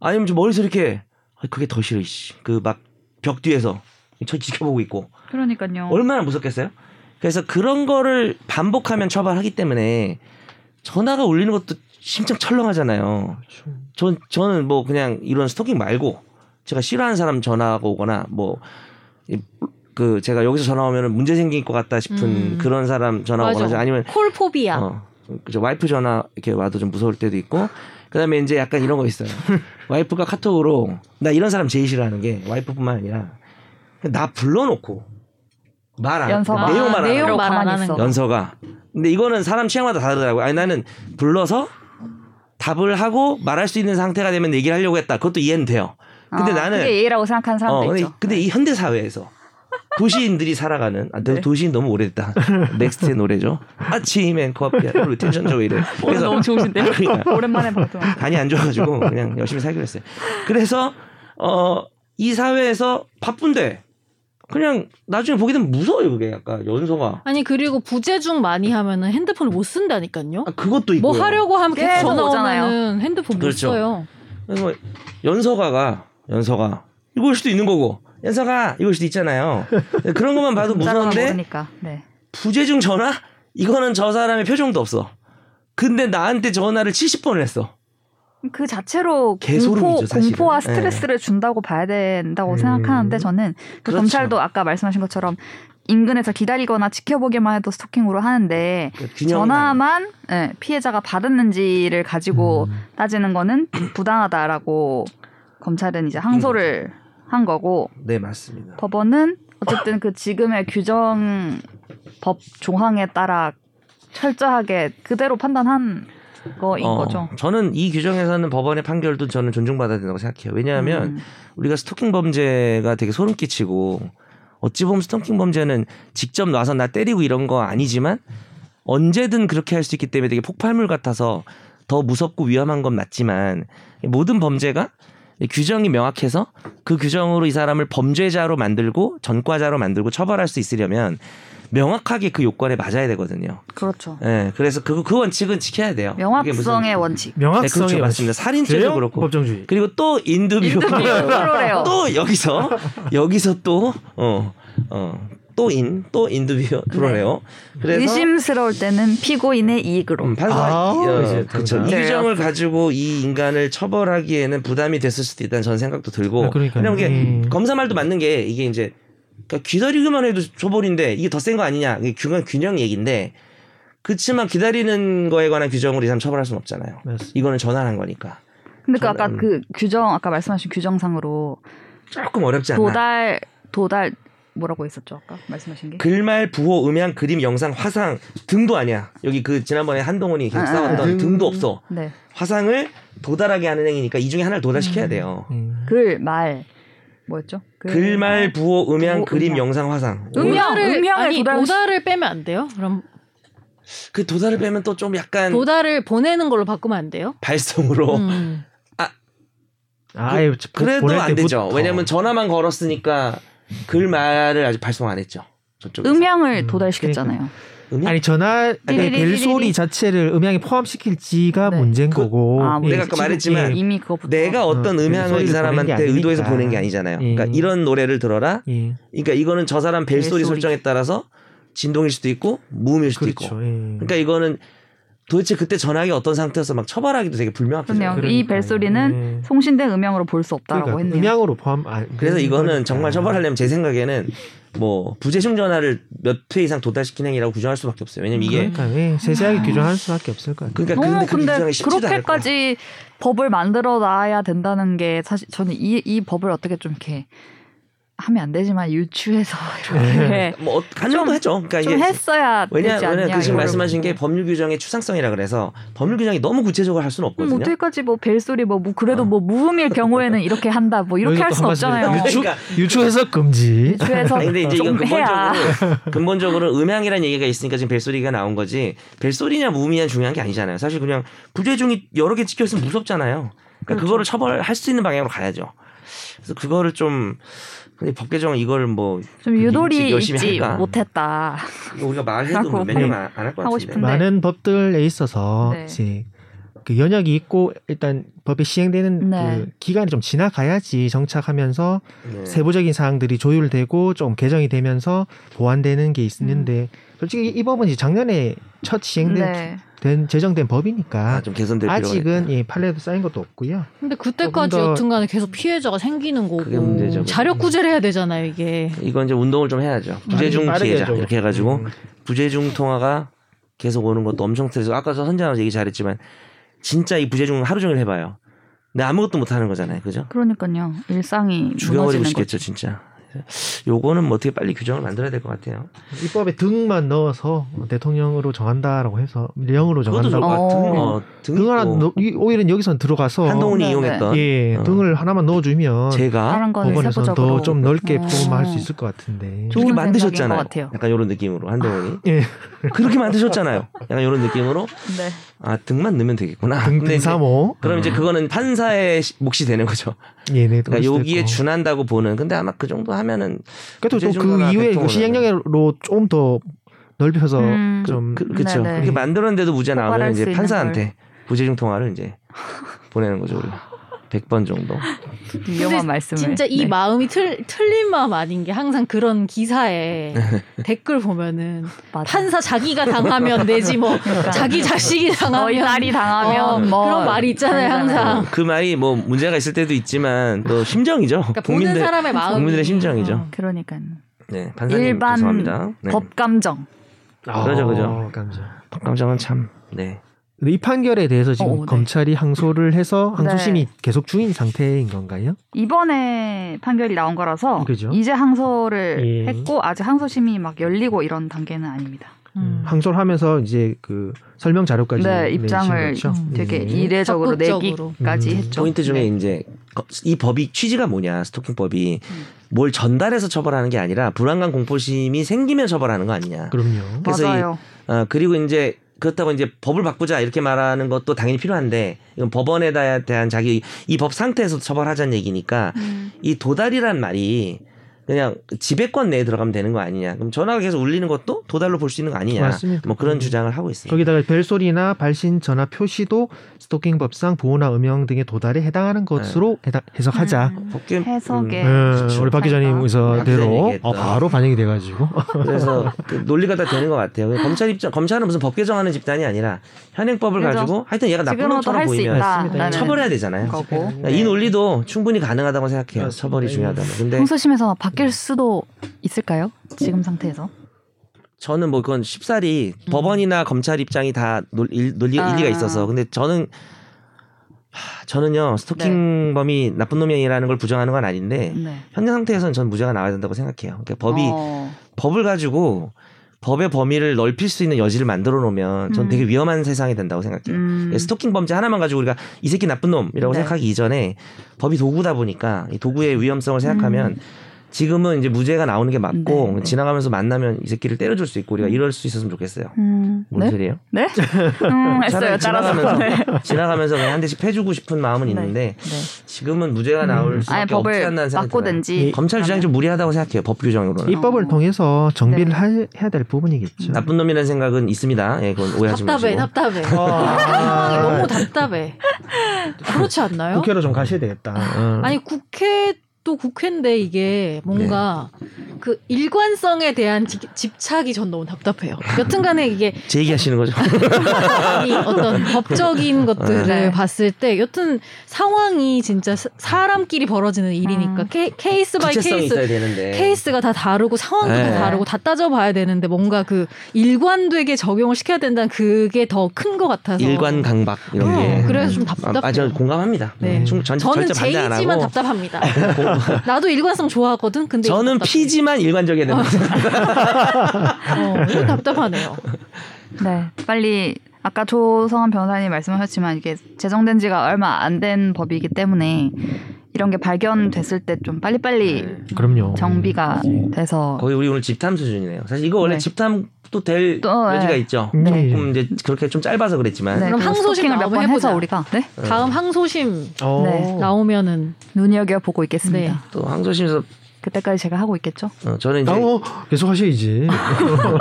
아니면 좀 멀리서 이렇게 아, 그게 더 싫어 이씨 그 막 벽 뒤에서 저 지켜보고 있고 그러니까요. 얼마나 무섭겠어요? 그래서 그런 거를 반복하면 처벌하기 때문에 전화가 울리는 것도 심장 철렁하잖아요. 전 저는 뭐 그냥 이런 스토킹 말고 제가 싫어하는 사람 전화가 오거나 뭐 그 제가 여기서 전화 오면은 문제 생길 것 같다 싶은 음. 그런 사람 전화 오거나 맞아. 아니면 콜포비아. 어, 그죠. 와이프 전화 이렇게 와도 좀 무서울 때도 있고. 그다음에 이제 약간 이런 거 있어요. 와이프가 카톡으로 나 이런 사람 제일 싫어하는 게 와이프뿐만 아니라 나 불러놓고 말안 연서가. 내용 말안 아, 뭐 내용 하고 말 말안 가만히 하는 있어. 거. 연서가. 근데 이거는 사람 취향마다 다르더라고요. 아니 나는 불러서 답을 하고 말할 수 있는 상태가 되면 얘기를 하려고 했다. 그것도 이해는 돼요. 근데 아, 나는 그게 예의라고 생각하는 사람도 어, 근데, 있죠. 근데 이 현대 사회에서 도시인들이 살아가는 아, 네. 도시인 너무 오래됐다. 넥스트의 노래죠. 아침엔 커피 루텐션 저왜 이래. 오늘 너무 좋으신데요? 아, 그러니까. 오랜만에 방송. 간이 안 좋아가지고 그냥 열심히 살기로 했어요. 그래서 어 이 사회에서 바쁜데 그냥 나중에 보게 되면 무서워요 그게 약간 연소가 아니 그리고 부재중 많이 하면은 핸드폰을 못 쓴다니까요. 네. 아, 그것도 있고 뭐 하려고 하면 계속 계속 전화 오잖아요. 오면은 핸드폰 못 그렇죠. 써요. 그래서 연서가가 연서가 이걸 수도 있는 거고 연서가 이걸 수도 있잖아요. 네, 그런 것만 봐도 무서운데 모르니까. 네. 부재중 전화? 이거는 저 사람의 표정도 없어. 근데 나한테 전화를 70번을 했어. 그 자체로 개소름이죠, 공포, 사실은. 공포와 예. 스트레스를 준다고 봐야 된다고 음. 생각하는데 저는 그 그렇죠. 검찰도 아까 말씀하신 것처럼 인근에서 기다리거나 지켜보기만 해도 스토킹으로 하는데 그 균형을 전화만 예, 피해자가 받았는지를 가지고 음. 따지는 거는 부당하다라고 검찰은 이제 항소를 음. 한 거고 가는- 네 맞습니다. 법원은 어쨌든 그 지금의 규정 법 조항에 따라 철저하게 그대로 판단한 거인 어, 거죠. 저는 이 규정에서는 법원의 판결도 저는 존중받아야 된다고 생각해요. 왜냐하면 음. 우리가 스토킹 범죄가 되게 소름 끼치고 어찌 보면 스토킹 범죄는 직접 놔서 나 때리고 이런 거 아니지만 언제든 그렇게 할 수 있기 때문에 되게 폭발물 같아서 더 무섭고 위험한 건 맞지만 모든 범죄가 규정이 명확해서 그 규정으로 이 사람을 범죄자로 만들고 전과자로 만들고 처벌할 수 있으려면 명확하게 그 요건에 맞아야 되거든요. 그렇죠. 예. 그래서 그, 그 원칙은 지켜야 돼요. 이게 무슨- 명확성의 원칙. 네, 명확성이 그렇죠. 맞습니다. 살인죄도 그렇고 법정주의. 그리고 또 인드뷰. 인드뷰로래요. 또 여기서 여기서 어, 또어어또인또 인드뷰 그러네요. 그래서 의심스러울 때는 피고인의 이익으로. 음, 판사 아, 어, 이제 그쵸. 이 당장. 규정을 가지고 이 인간을 처벌하기에는 부담이 됐을 수도 있다는 저는 생각도 들고 아, 그러니까요. 왜냐면 이게 음. 검사 말도 맞는 게 이게 이제 그러니까 기다리기만 해도 조벌인데 이게 더 센 거 아니냐 이게 균형 균형 얘기인데 그렇지만 기다리는 거에 관한 규정으로 이 사람 처벌할 수는 없잖아요. 맞습니다. 이거는 전환한 거니까 근데 그 아까 저는- 그 규정 아까 말씀하신 규정상으로 조금 어렵지 않나. 도달 도달 뭐라고 했었죠 아까 말씀하신 게? 그 글말 부호 음향 그림 영상 화상 등도 아니야 여기 그 지난번에 한동훈이 계속 아, 아, 싸웠던 아. 등도 없어 네. 화상을 도달하게 하는 행위니까 이 중에 하나를 도달시켜야 음. 돼요 음. 글 말 뭐였죠? 그 글, 글말 부호 음향 네. 부호, 그림 음향. 영상 화상 음향! 오, 음향을 아니 도달- 도달을 빼면 안 돼요? 그럼 그 도달을 빼면 또 좀 음. 약간 도달을 보내는 걸로 바꾸면 안 돼요? 발성으로 뭐. 음. 아예 그래도 보낼 어. 안 되죠 때부터. 왜냐면 전화만 걸었으니까 글말을 아직 발송 안 했죠 저쪽에서 음향을 음, 도달시켰잖아요. 음향? 아니 전화 그러니까 띠리리리리리. 벨소리 자체를 음향에 포함시킬지가 네. 문제인 그- 거고. 아, 내가 아까 말했지만 예, 이미 그거부터 내가 어떤 음, 음향을 이 소리를 보낸 게 사람한테 아니니까. 의도해서 보낸 게 아니잖아요 그러니까 음. 이런 노래를 들어라 예, 그러니까 이거는 저 사람 벨소리 벨소리. 설정에 따라서 진동일 수도 있고 무음일 수도 있고. 그렇죠. 예. 그러니까 이거는 도대체 그때 전화기 어떤 상태여서 막 처벌하기도 되게 불명확해요. 그러네요. 이 그러니까요. 벨소리는 예. 송신된 음향으로 볼 수 없다라고 그러니까 했네요. 음향으로 포함. 안 그래서 되는 이거는 그렇죠. 거니까. 정말 처벌하려면 제 생각에는 뭐 부재중 전화를 몇 회 이상 도달시킨 행위라고 규정할 수밖에 없어요. 왜냐면 이게 그러니까 예, 아. 세세하게 규정할 수밖에 없을 것 같아요. 그러니까 너무 근데 그 규정이 근데 쉽지도 않을 그렇게까지 법을 만들어 놔야 된다는 게 사실 저는 이, 이 법을 어떻게 좀 이렇게 하면 안 되지만 유추해서 이렇게 거야. 뭐 어, 가능하죠. 그러니까 좀 이게 했어야 되지 않냐. 왜냐하면 그 지금 이거를. 말씀하신 게 법률 규정의 추상성이라 그래서 법률 규정이 너무 구체적으로 할 음, 수는 없거든요. 어떻게까지 뭐 벨소리 뭐, 뭐 그래도 어. 뭐 무음일 경우에는 이렇게 한다 뭐 이렇게 여기서 할 또 순 한 말씀 없잖아요. 드리면 유추 그러니까 유추 해석 금지. 유추해서 아니, 네, 근데 이제 이건 좀 해야. 근본적으로 근본적으로 음향이라는 얘기가 있으니까 지금 벨소리가 나온 거지 벨소리냐 무음이냐 중요한 게 아니잖아요. 사실 그냥 부재중이 여러 개 찍혀 있으면 무섭잖아요. 그렇죠. 그러니까 그거를 처벌할 수 있는 방향으로 가야죠. 그래서 그거를 좀 근데 법 개정은 이걸 뭐 좀 유돌이 열심히 있지 할까? 못했다. 우리가 말해도 뭐 하고 몇년 안할 것 같은데. 하고 싶은데. 네. 많은 법들에 있어서 네. 이제 그 연역이 있고 일단 법이 시행되는 네. 그 기간이 좀 지나가야지 정착하면서 네. 세부적인 사항들이 조율되고 좀 개정이 되면서 보완되는 게 있는데 솔직히 이 법은 이제 작년에 첫 시행된 음. 네. 된- 제정된 아, 법이니까 좀 개선될 필요가 아직은 있다. 예, 판례도 쌓인 것도 없고요. 근데 그때까지 조금 더- 여튼간에 계속 피해자가 생기는 거고 그게 문제죠, 그게. 자력 구제를 해야 되잖아요 이게. 이건 이제 운동을 좀 해야죠. 부재중 빠르게 피해자 좀. 이렇게 해가지고 음. 부재중 통화가 계속 오는 것도 엄청 스트레스. 아까 저 선재랑 얘기 잘했지만 진짜 이 부재중 하루 종일 해봐요. 근데 아무것도 못 하는 거잖아요, 그죠? 그러니까요. 일상이 죽여버리고 무너지는 거죠. 싶겠죠, 진짜. 요거는 뭐 어떻게 빨리 규정을 만들어야 될 것 같아요. 입법에 등만 넣어서 대통령으로 정한다라고 해서 령으로 정한다. 좋을 것 같아요. 아, 등, 어. 어, 등 등을 하나 넣- 이- 오히려 여기서는 들어가서 한동훈이 네, 이용했던 예, 어. 등을 하나만 넣어주면 제가 다른 거는 법원에서는 세부적으로 더좀 넓게 어. 포함할 수 있을 것 같은데. 좋은 그렇게 생각인 만드셨잖아요. 것 같아요. 약간 이런 느낌으로 한동훈이 예, 그렇게 만드셨잖아요. 약간 이런 느낌으로 네. 아 등만 넣으면 되겠구나. 등, 아, 근데 등 이제 사모. 그럼 이제 그거는 판사의 시- 몫이 되는 거죠. 음. 예네. 그러니까 여기에 준한다고 보는. 근데 아마 그 정도 하면은 그래도 또 구제중이나 그 이후에 그 대통령은- 시행령으로 좀 더 넓혀서 음. 좀 그, 그렇죠. 네네. 그렇게 만들었는데도 무죄 나오면 고발할 수 이제 있는 판사한테 부재중 통화를 이제 보내는 거죠 우리가. 100번 정도. 위험한 말씀을. 진짜 이 네. 마음이 틀, 틀린 마음 아닌 게 항상 그런 기사에 댓글 보면은 맞아. 판사 자기가 당하면 내지 뭐 그러니까. 자기 자식이 너희 당하면 딸이 당하면 어, 뭐 그런 말이 있잖아요 알잖아요. 항상. 그 말이 뭐 문제가 있을 때도 있지만 또 심정이죠. 그러니까 보는 국민들 사람의 마음. 국민들의 심정이죠. 그러니까 네, 판사님 일반 죄송합니다. 네. 법 감정. 아, 그러죠, 그러죠. 깜짝. 감정은 참. 네. 근데 이 판결에 대해서 지금 어, 네. 검찰이 항소를 해서 항소심이 계속 중인 상태인 건가요? 이번에 판결이 나온 거라서 그죠. 이제 항소를 예. 했고 아직 항소심이 막 열리고 이런 단계는 아닙니다. 음. 항소를 하면서 이제 그 설명 자료까지 네, 내신 입장을 거죠? 되게 예. 이례적으로 음. 적극적으로. 내기까지 음. 했죠. 포인트 중에 네. 이제 거- 이 법이 취지가 뭐냐 스토킹 법이 음. 뭘 전달해서 처벌하는 게 아니라 불안감 공포심이 생기면 처벌하는 거 아니냐. 그럼요. 그래서 이- 맞아요. 아, 그리고 이제 그렇다고 이제 법을 바꾸자 이렇게 말하는 것도 당연히 필요한데 이건 법원에 다- 대한 자기 이 법 상태에서 처벌하자는 얘기니까 음. 이 도달이란 말이 그냥 지배권 내에 들어가면 되는 거 아니냐. 그럼 전화가 계속 울리는 것도 도달로 볼 수 있는 거 아니냐. 맞습니다. 뭐 그런 음. 주장을 하고 있습니다. 거기다가 벨소리나 발신 전화 표시도 스토킹법상 보호나 음영 등의 도달에 해당하는 것으로 해당, 해석하자. 음. 법규 해석에 음, 그렇죠. 우리 그러니까. 박 기자님 의사대로 얘기했다. 어, 바로 반영이 돼가지고 음. 그래서 그 논리가 다 되는 것 같아요. 검찰 입장, 검찰은 무슨 법 개정하는 집단이 아니라 현행법을 그죠. 가지고 하여튼 얘가 나쁜 지금으로도 놈처럼 할 수 보이면 있다. 음. 처벌해야 되잖아요. 거고. 네. 그러니까 이 논리도 충분히 가능하다고 생각해요. 맞습니다. 처벌이 중요하다면. 근데 항소심에서 바뀔 수도 있을까요? 지금 상태에서? 저는 뭐 그건 쉽사리 법원이나 검찰 입장이 다 논- 일- 논리, 음. 아. 일리가 있어서 근데 저는 하, 저는요 스토킹범이 나쁜 놈이라는 걸 부정하는 건 아닌데 네. 현재 상태에서는 전 무죄가 나와야 된다고 생각해요. 그러니까 법이 어. 법을 가지고 법의 범위를 넓힐 수 있는 여지를 만들어 놓으면 전 음. 되게 위험한 세상이 된다고 생각해요. 음. 스토킹 범죄 하나만 가지고 우리가 이 새끼 나쁜 놈이라고 네. 생각하기 이전에 법이 도구다 보니까 이 도구의 위험성을 생각하면 지금은 이제 무죄가 나오는 게 맞고 네. 지나가면서 만나면 이 새끼를 때려줄 수 있고 우리가 이럴 수 있었으면 좋겠어요. 음. 뭔 네? 소리예요? 네? 음, 했어요. 차라리 따라서. 지나가면서 네. 지나가면서 그냥 한 대씩 패주고 싶은 마음은 네. 있는데 네. 지금은 무죄가 나올 수밖에 아예 없지 법을 않나 생각이 들어요. 바꾸든지 음. 검찰 주장이 좀 무리하다고 생각해요. 법 규정으로는. 이 법을 통해서 정비를 어. 네. 할- 해야 될 부분이겠죠. 나쁜 놈이라는 생각은 있습니다. 예, 그건 오해하지 답답해, 마시고. 답답해. 아. 상황이 너무 답답해. 그렇지 않나요? 국회로 좀 가셔야 되겠다. 음. 어. 아니 국회도 국회인데 네. 이게 뭔가 그 일관성에 대한 지- 집착이 전 너무 답답해요. 여튼간에 이게 제 얘기하시는 거죠. 이 어떤 법적인 것들을 네. 봤을 때 여튼 상황이 진짜 사- 사람끼리 벌어지는 일이니까 음. 케, 케이스 바이 구체성이 케이스 있어야 되는데. 케이스가 다 다르고 상황도 네. 다 다르고 다 따져봐야 되는데 뭔가 그 일관되게 적용을 시켜야 된다는 그게 더 큰 것 같아서 일관 강박 이런 어, 게. 그래서 좀 아, 답답해요. 아, 저 공감합니다. 네. 충- 전, 저는 절대 반대 안 제이지만 하고. 답답합니다. 나도 일관성 좋아하거든. 근데 저는 이거 답답해. 피지만 일관적이야 됩니다. 어, 이거 답답하네요. 네, 빨리 아까 조성한 변호사님 말씀하셨지만 이게 제정된 지가 얼마 안 된 법이기 때문에 이런 게 발견됐을 때 좀 빨리빨리 네. 그럼요. 정비가 네. 네. 돼서 거의 우리 오늘 집탐 수준이네요. 사실 이거 원래 네. 집탐도 될 또, 여지가 네. 있죠. 네. 조금 이제 그렇게 좀 짧아서 그랬지만. 네, 그럼 그 항소심 스토킹을 몇 한번 번 해서 해보자. 우리가 네? 다음 항소심 어. 네. 나오면은 눈여겨 보고 있겠습니다. 네. 또 항소심에서 그때까지 제가 하고 있겠죠. 어, 저는 이제 아, 어, 계속 하셔야지.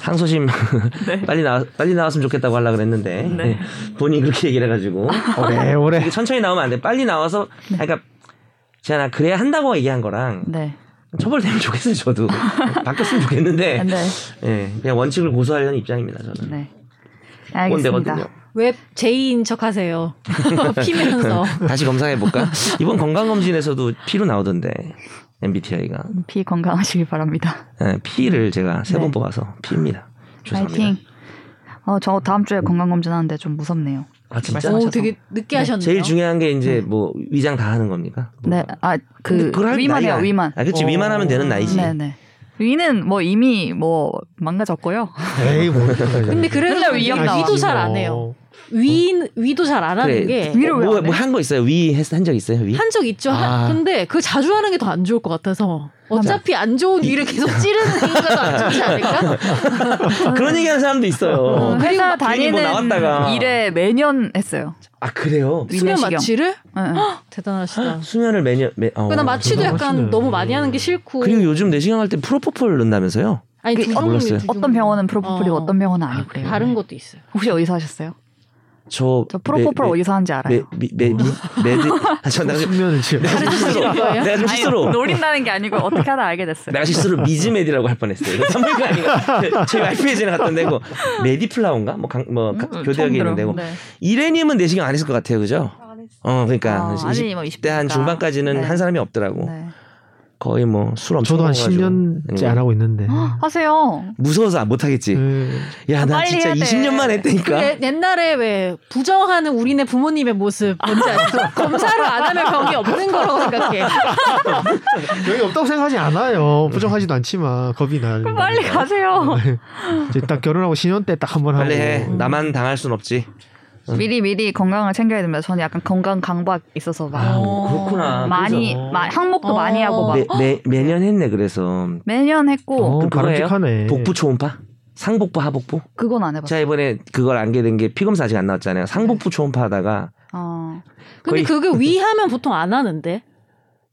항소심 네. 빨리 나 빨리 나왔으면 좋겠다고 하려 그랬는데 네. 본인이 그렇게 얘기를 해가지고 오래 오래. 이게 천천히 나오면 안 돼. 빨리 나와서 네. 그러니까 제가 나 그래야 한다고 얘기한 거랑 네, 처벌되면 좋겠어요 저도 바뀌었으면 좋겠는데 네, 예, 그냥 원칙을 고수하려는 입장입니다 저는 네. 꼰대거든요. 알겠습니다. 웹 제이인 척하세요. 피면서 다시 검사해 볼까 이번 건강검진에서도 피로 나오던데 MBTI가 피 건강하시길 바랍니다. 예, 피를 제가 세 번 네. 뽑아서 피입니다 죄송합니다 파이팅. 어, 저 다음 주에 건강 검진하는데 좀 무섭네요. 아 진짜 말씀하셔서. 오, 되게 늦게 하셨네요. 제일 중요한 게 이제 뭐 위장 다 하는 겁니까 뭐 네, 아 근데 그 그걸 할 위만해요, 나이가- 위만. 아 그렇지 어. 위만하면 되는 나이지 네네. 위는 뭐 이미 뭐 망가졌고요. 에이 아, 뭐. 근데 그래서 맨날 위험 나와. 위도 잘 안 어. 해요. 어. 위 위도 잘 안 하는 그래. 위로 왜안 해요? 뭐한 거 있어요 위한적 있어요 위 게 한 적 있죠. 한- 아. 근데 그 자주 하는 게 더 안 좋을 것 같아서 어차피 안 좋은 위를 계속 찌르는 행위가 더 안 좋지 않을까? 그런 얘기하는 사람도 있어요 그리고 회사 막 괜히 다니는 뭐 나왔다가. 일에 매년 했어요. 예, 아 그래요 수면 위내시경. 마취를 응, 응. 대단하시다. 그러니까 수면을 매년 매, 어. 그나 마취도 대단하시네. 약간 너무 많이 하는 게 싫고 그리고 요즘 내시경 할 때 프로포폴 넣는다면서요? 아니 그 두 어- 종류, 몰랐어요. 두 종류. 어떤 병원은 프로포폴이고 어. 어떤 병원은 아니고 그래요. 다른 것도 있어요. 혹시 어디서 하셨어요? 저, 저 네, 프로포폴 어디서 하는지 매, 알아요. 매, 매, 매, 매, 매, 아, 저 내가 좀 숙면을 취해. 실수로 네. 내가 좀 실수로 아니, 노린다는 게 아니고 어떻게 하다 알게 됐어요. 내가 실수로 미즈메디라고 할 뻔했어요. 이거 산부인과 아니고 제 와이프 예전에 갔던 데고 메디플라운가 뭐, 강, 뭐 가- 음, 처음 교대학에 들어. 있는 데고 네. 이래님은 내시경 안 했을 것 같아요, 그죠? 어, 그러니까 어, 아니, 뭐 20대 한 20대니까. 중반까지는 네. 한 사람이 없더라고. 네. 거의 뭐 술 엄청 저도 한 먹어가지고. 음. 10년째 안 하고 있는데. 하세요. 무서워서 안 못하겠지. 음. 예. 야, 나 빨리 진짜 해야 돼. 20년만 했다니까. 그 옛- 옛날에 왜 부정하는 우리네 부모님의 모습 뭔지 아시죠? 검사를 안 하면 병이 없는 거라고 생각해. 그, 여기 없다고 생각하지 않아요. 부정하지도 않지만 겁이 나. 그럼 빨리 네. 어. 가세요. 이제 딱 결혼하고 신혼 때 딱 한 번 하고. 빨리 해. 나만 당할 순 없지. 네. 미리 미리 건강을 챙겨야 됩니다. 저는 약간 건강 강박 있어서 막 어. 그렇구나. 많이 아, 그래서. 마- 항목도 어. 많이 하고 막 매, 매, 매년 했네 그래서 매년 했고 어, 그럼 그거예요? 바람직하네. 복부 초음파 상복부 하복부 그건 안 해봤어요. 제가 이번에 그걸 안게 된 게 피검사 아직 안 나왔잖아요 네. 상복부 초음파 하다가 어. 근데 거의- 그게 위하면 보통 안 하는데.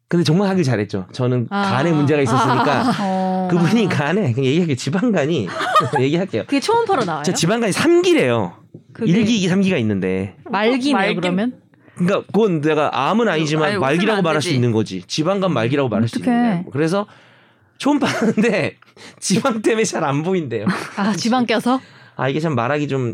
근데 정말 하길 잘했죠 저는 아. 간에 문제가 있었으니까 어. 그분이 간에 그냥 얘기할게요 지방간이 얘기할게요 그게 초음파로 아, 나와요. 저 지방간이 3기래요 그게 1기 2기 3기가 있는데 말기네요 말기- 그러면. 그러니까 그건 내가 암은 아니지만 아유, 웃으면 말기라고 안 말할 수 되지. 있는 거지. 지방간 말기라고 말할 수 있는 어떡해. 거야. 그래서 초음파 하는데 지방 때문에 잘 안 보인대요. 아 지방 껴서. 아 이게 참 말하기 좀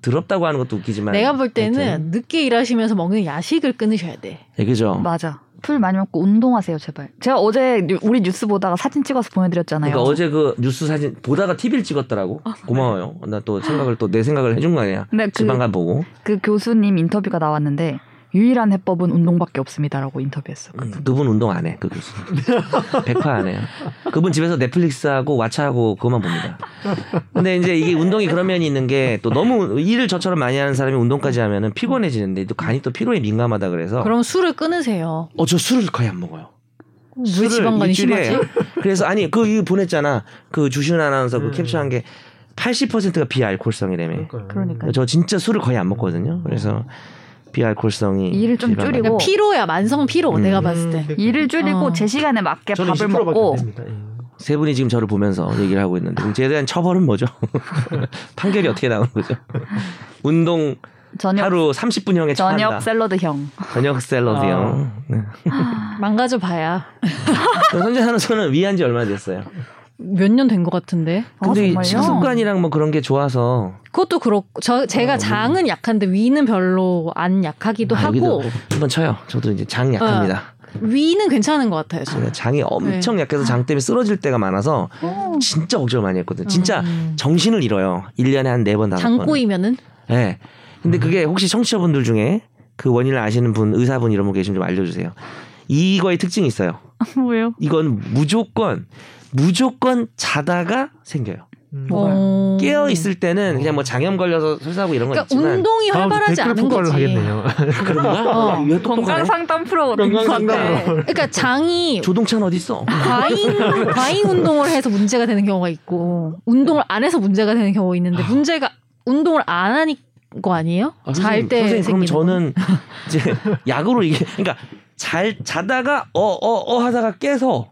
더럽다고 하는 것도 웃기지만 내가 볼 하여튼. 때는 늦게 일하시면서 먹는 야식을 끊으셔야 돼. 예, 그죠. 맞아. 풀 많이 먹고 운동하세요 제발. 제가 어제 뉴- 우리 뉴스 보다가 사진 찍어서 보내드렸잖아요. 그러니까 어제 그 뉴스 사진 보다가 TV를 찍었더라고. 아, 고마워요. 나 또 생각을 또 내 생각을 해준 거 아니야. 근데 그- 지방간 보고 그 교수님 인터뷰가 나왔는데 유일한 해법은 운동밖에 없습니다라고 인터뷰했어. 음, 그분 운동 안 해. 그 교수님. 백화 안 해요. 그분 집에서 넷플릭스하고 왓챠하고 그것만 봅니다. 근데 이제 이게 운동이 그런 면이 있는 게 또 너무 일을 저처럼 많이 하는 사람이 운동까지 하면은 피곤해지는데 또 간이 또 피로에 민감하다 그래서 그럼 술을 끊으세요. 어 저 술을 거의 안 먹어요. 왜 지방간이 심하지? 그래서 아니 그 이거 보냈잖아. 그 주신 아나운서 그 음. 캡처한 게 80%가 비알코올성이라며. 음. 그러니까요. 저 진짜 술을 거의 안 먹거든요. 그래서 비알코올성이 일을 좀 질환 줄이고 그러니까 피로야 만성 피로 음. 내가 봤을 때. 일을 줄이고 아. 어. 제 시간에 맞게 저는 밥을 20%밖에 먹고 안 됩니다. 예. 세 분이 지금 저를 보면서 얘기를 하고 있는데 그럼 제에 대한 처벌은 뭐죠? 판결이 어떻게 나오는 거죠? 운동 저녁 하루 저녁 어. 30분형에 처한다. 샐러드형. 저녁 샐러드형. 네. 망가져 봐야 그럼 선재 아나운서는 위한 지 얼마 됐어요? 몇 년 된 것 같은데. 아, 근데 이 정말요? 식습관이랑 뭐 그런 게 좋아서 그것도 그렇고 저 제가 장은 약한데 위는 별로 안 약하기도 어. 아, 여기도 하고 한번 쳐요. 저도 이제 장 약합니다. 어. 위는 괜찮은 것 같아요. 저는. 제가 그렇죠. 장이 엄청 네. 약해서 장 때문에 쓰러질 때가 많아서 오. 진짜 걱정을 많이 했거든요. 진짜 어. 음. 정신을 잃어요. 1년에 한 네번 다섯 번. 장꼬이면은 예. 근데 음. 그게 혹시 청취자분들 중에 그 원인을 아시는 분, 의사분 이런 분 계시면 좀 알려주세요. 이거의 특징이 있어요. 왜요? 이건 무조건 무조건 자다가 생겨요. 음. 뭐가요? 어. 깨어 있을 때는 그냥 뭐 장염 걸려서 설사하고 이런 거 그러니까 있지만 운동이 다음 주 활발하지 댓글 않은 폭발을 거지. 하겠네요. 그런가? 어. 이거 또 똑같네. 건강 상담 프로 건강 상담 같아. 그러니까 장이 조동찬 어디 있어? 과잉 과잉 운동을 해서 문제가 되는 경우가 있고 운동을 안 해서 문제가 되는 경우가 있는데 문제가 운동을 안 하니 거 아니에요? 아, 잘 선생님, 때 생기는 선생님, 그럼 저는 이제 약으로 이게 그러니까 잘 자다가 어 어 어 하다가 깨서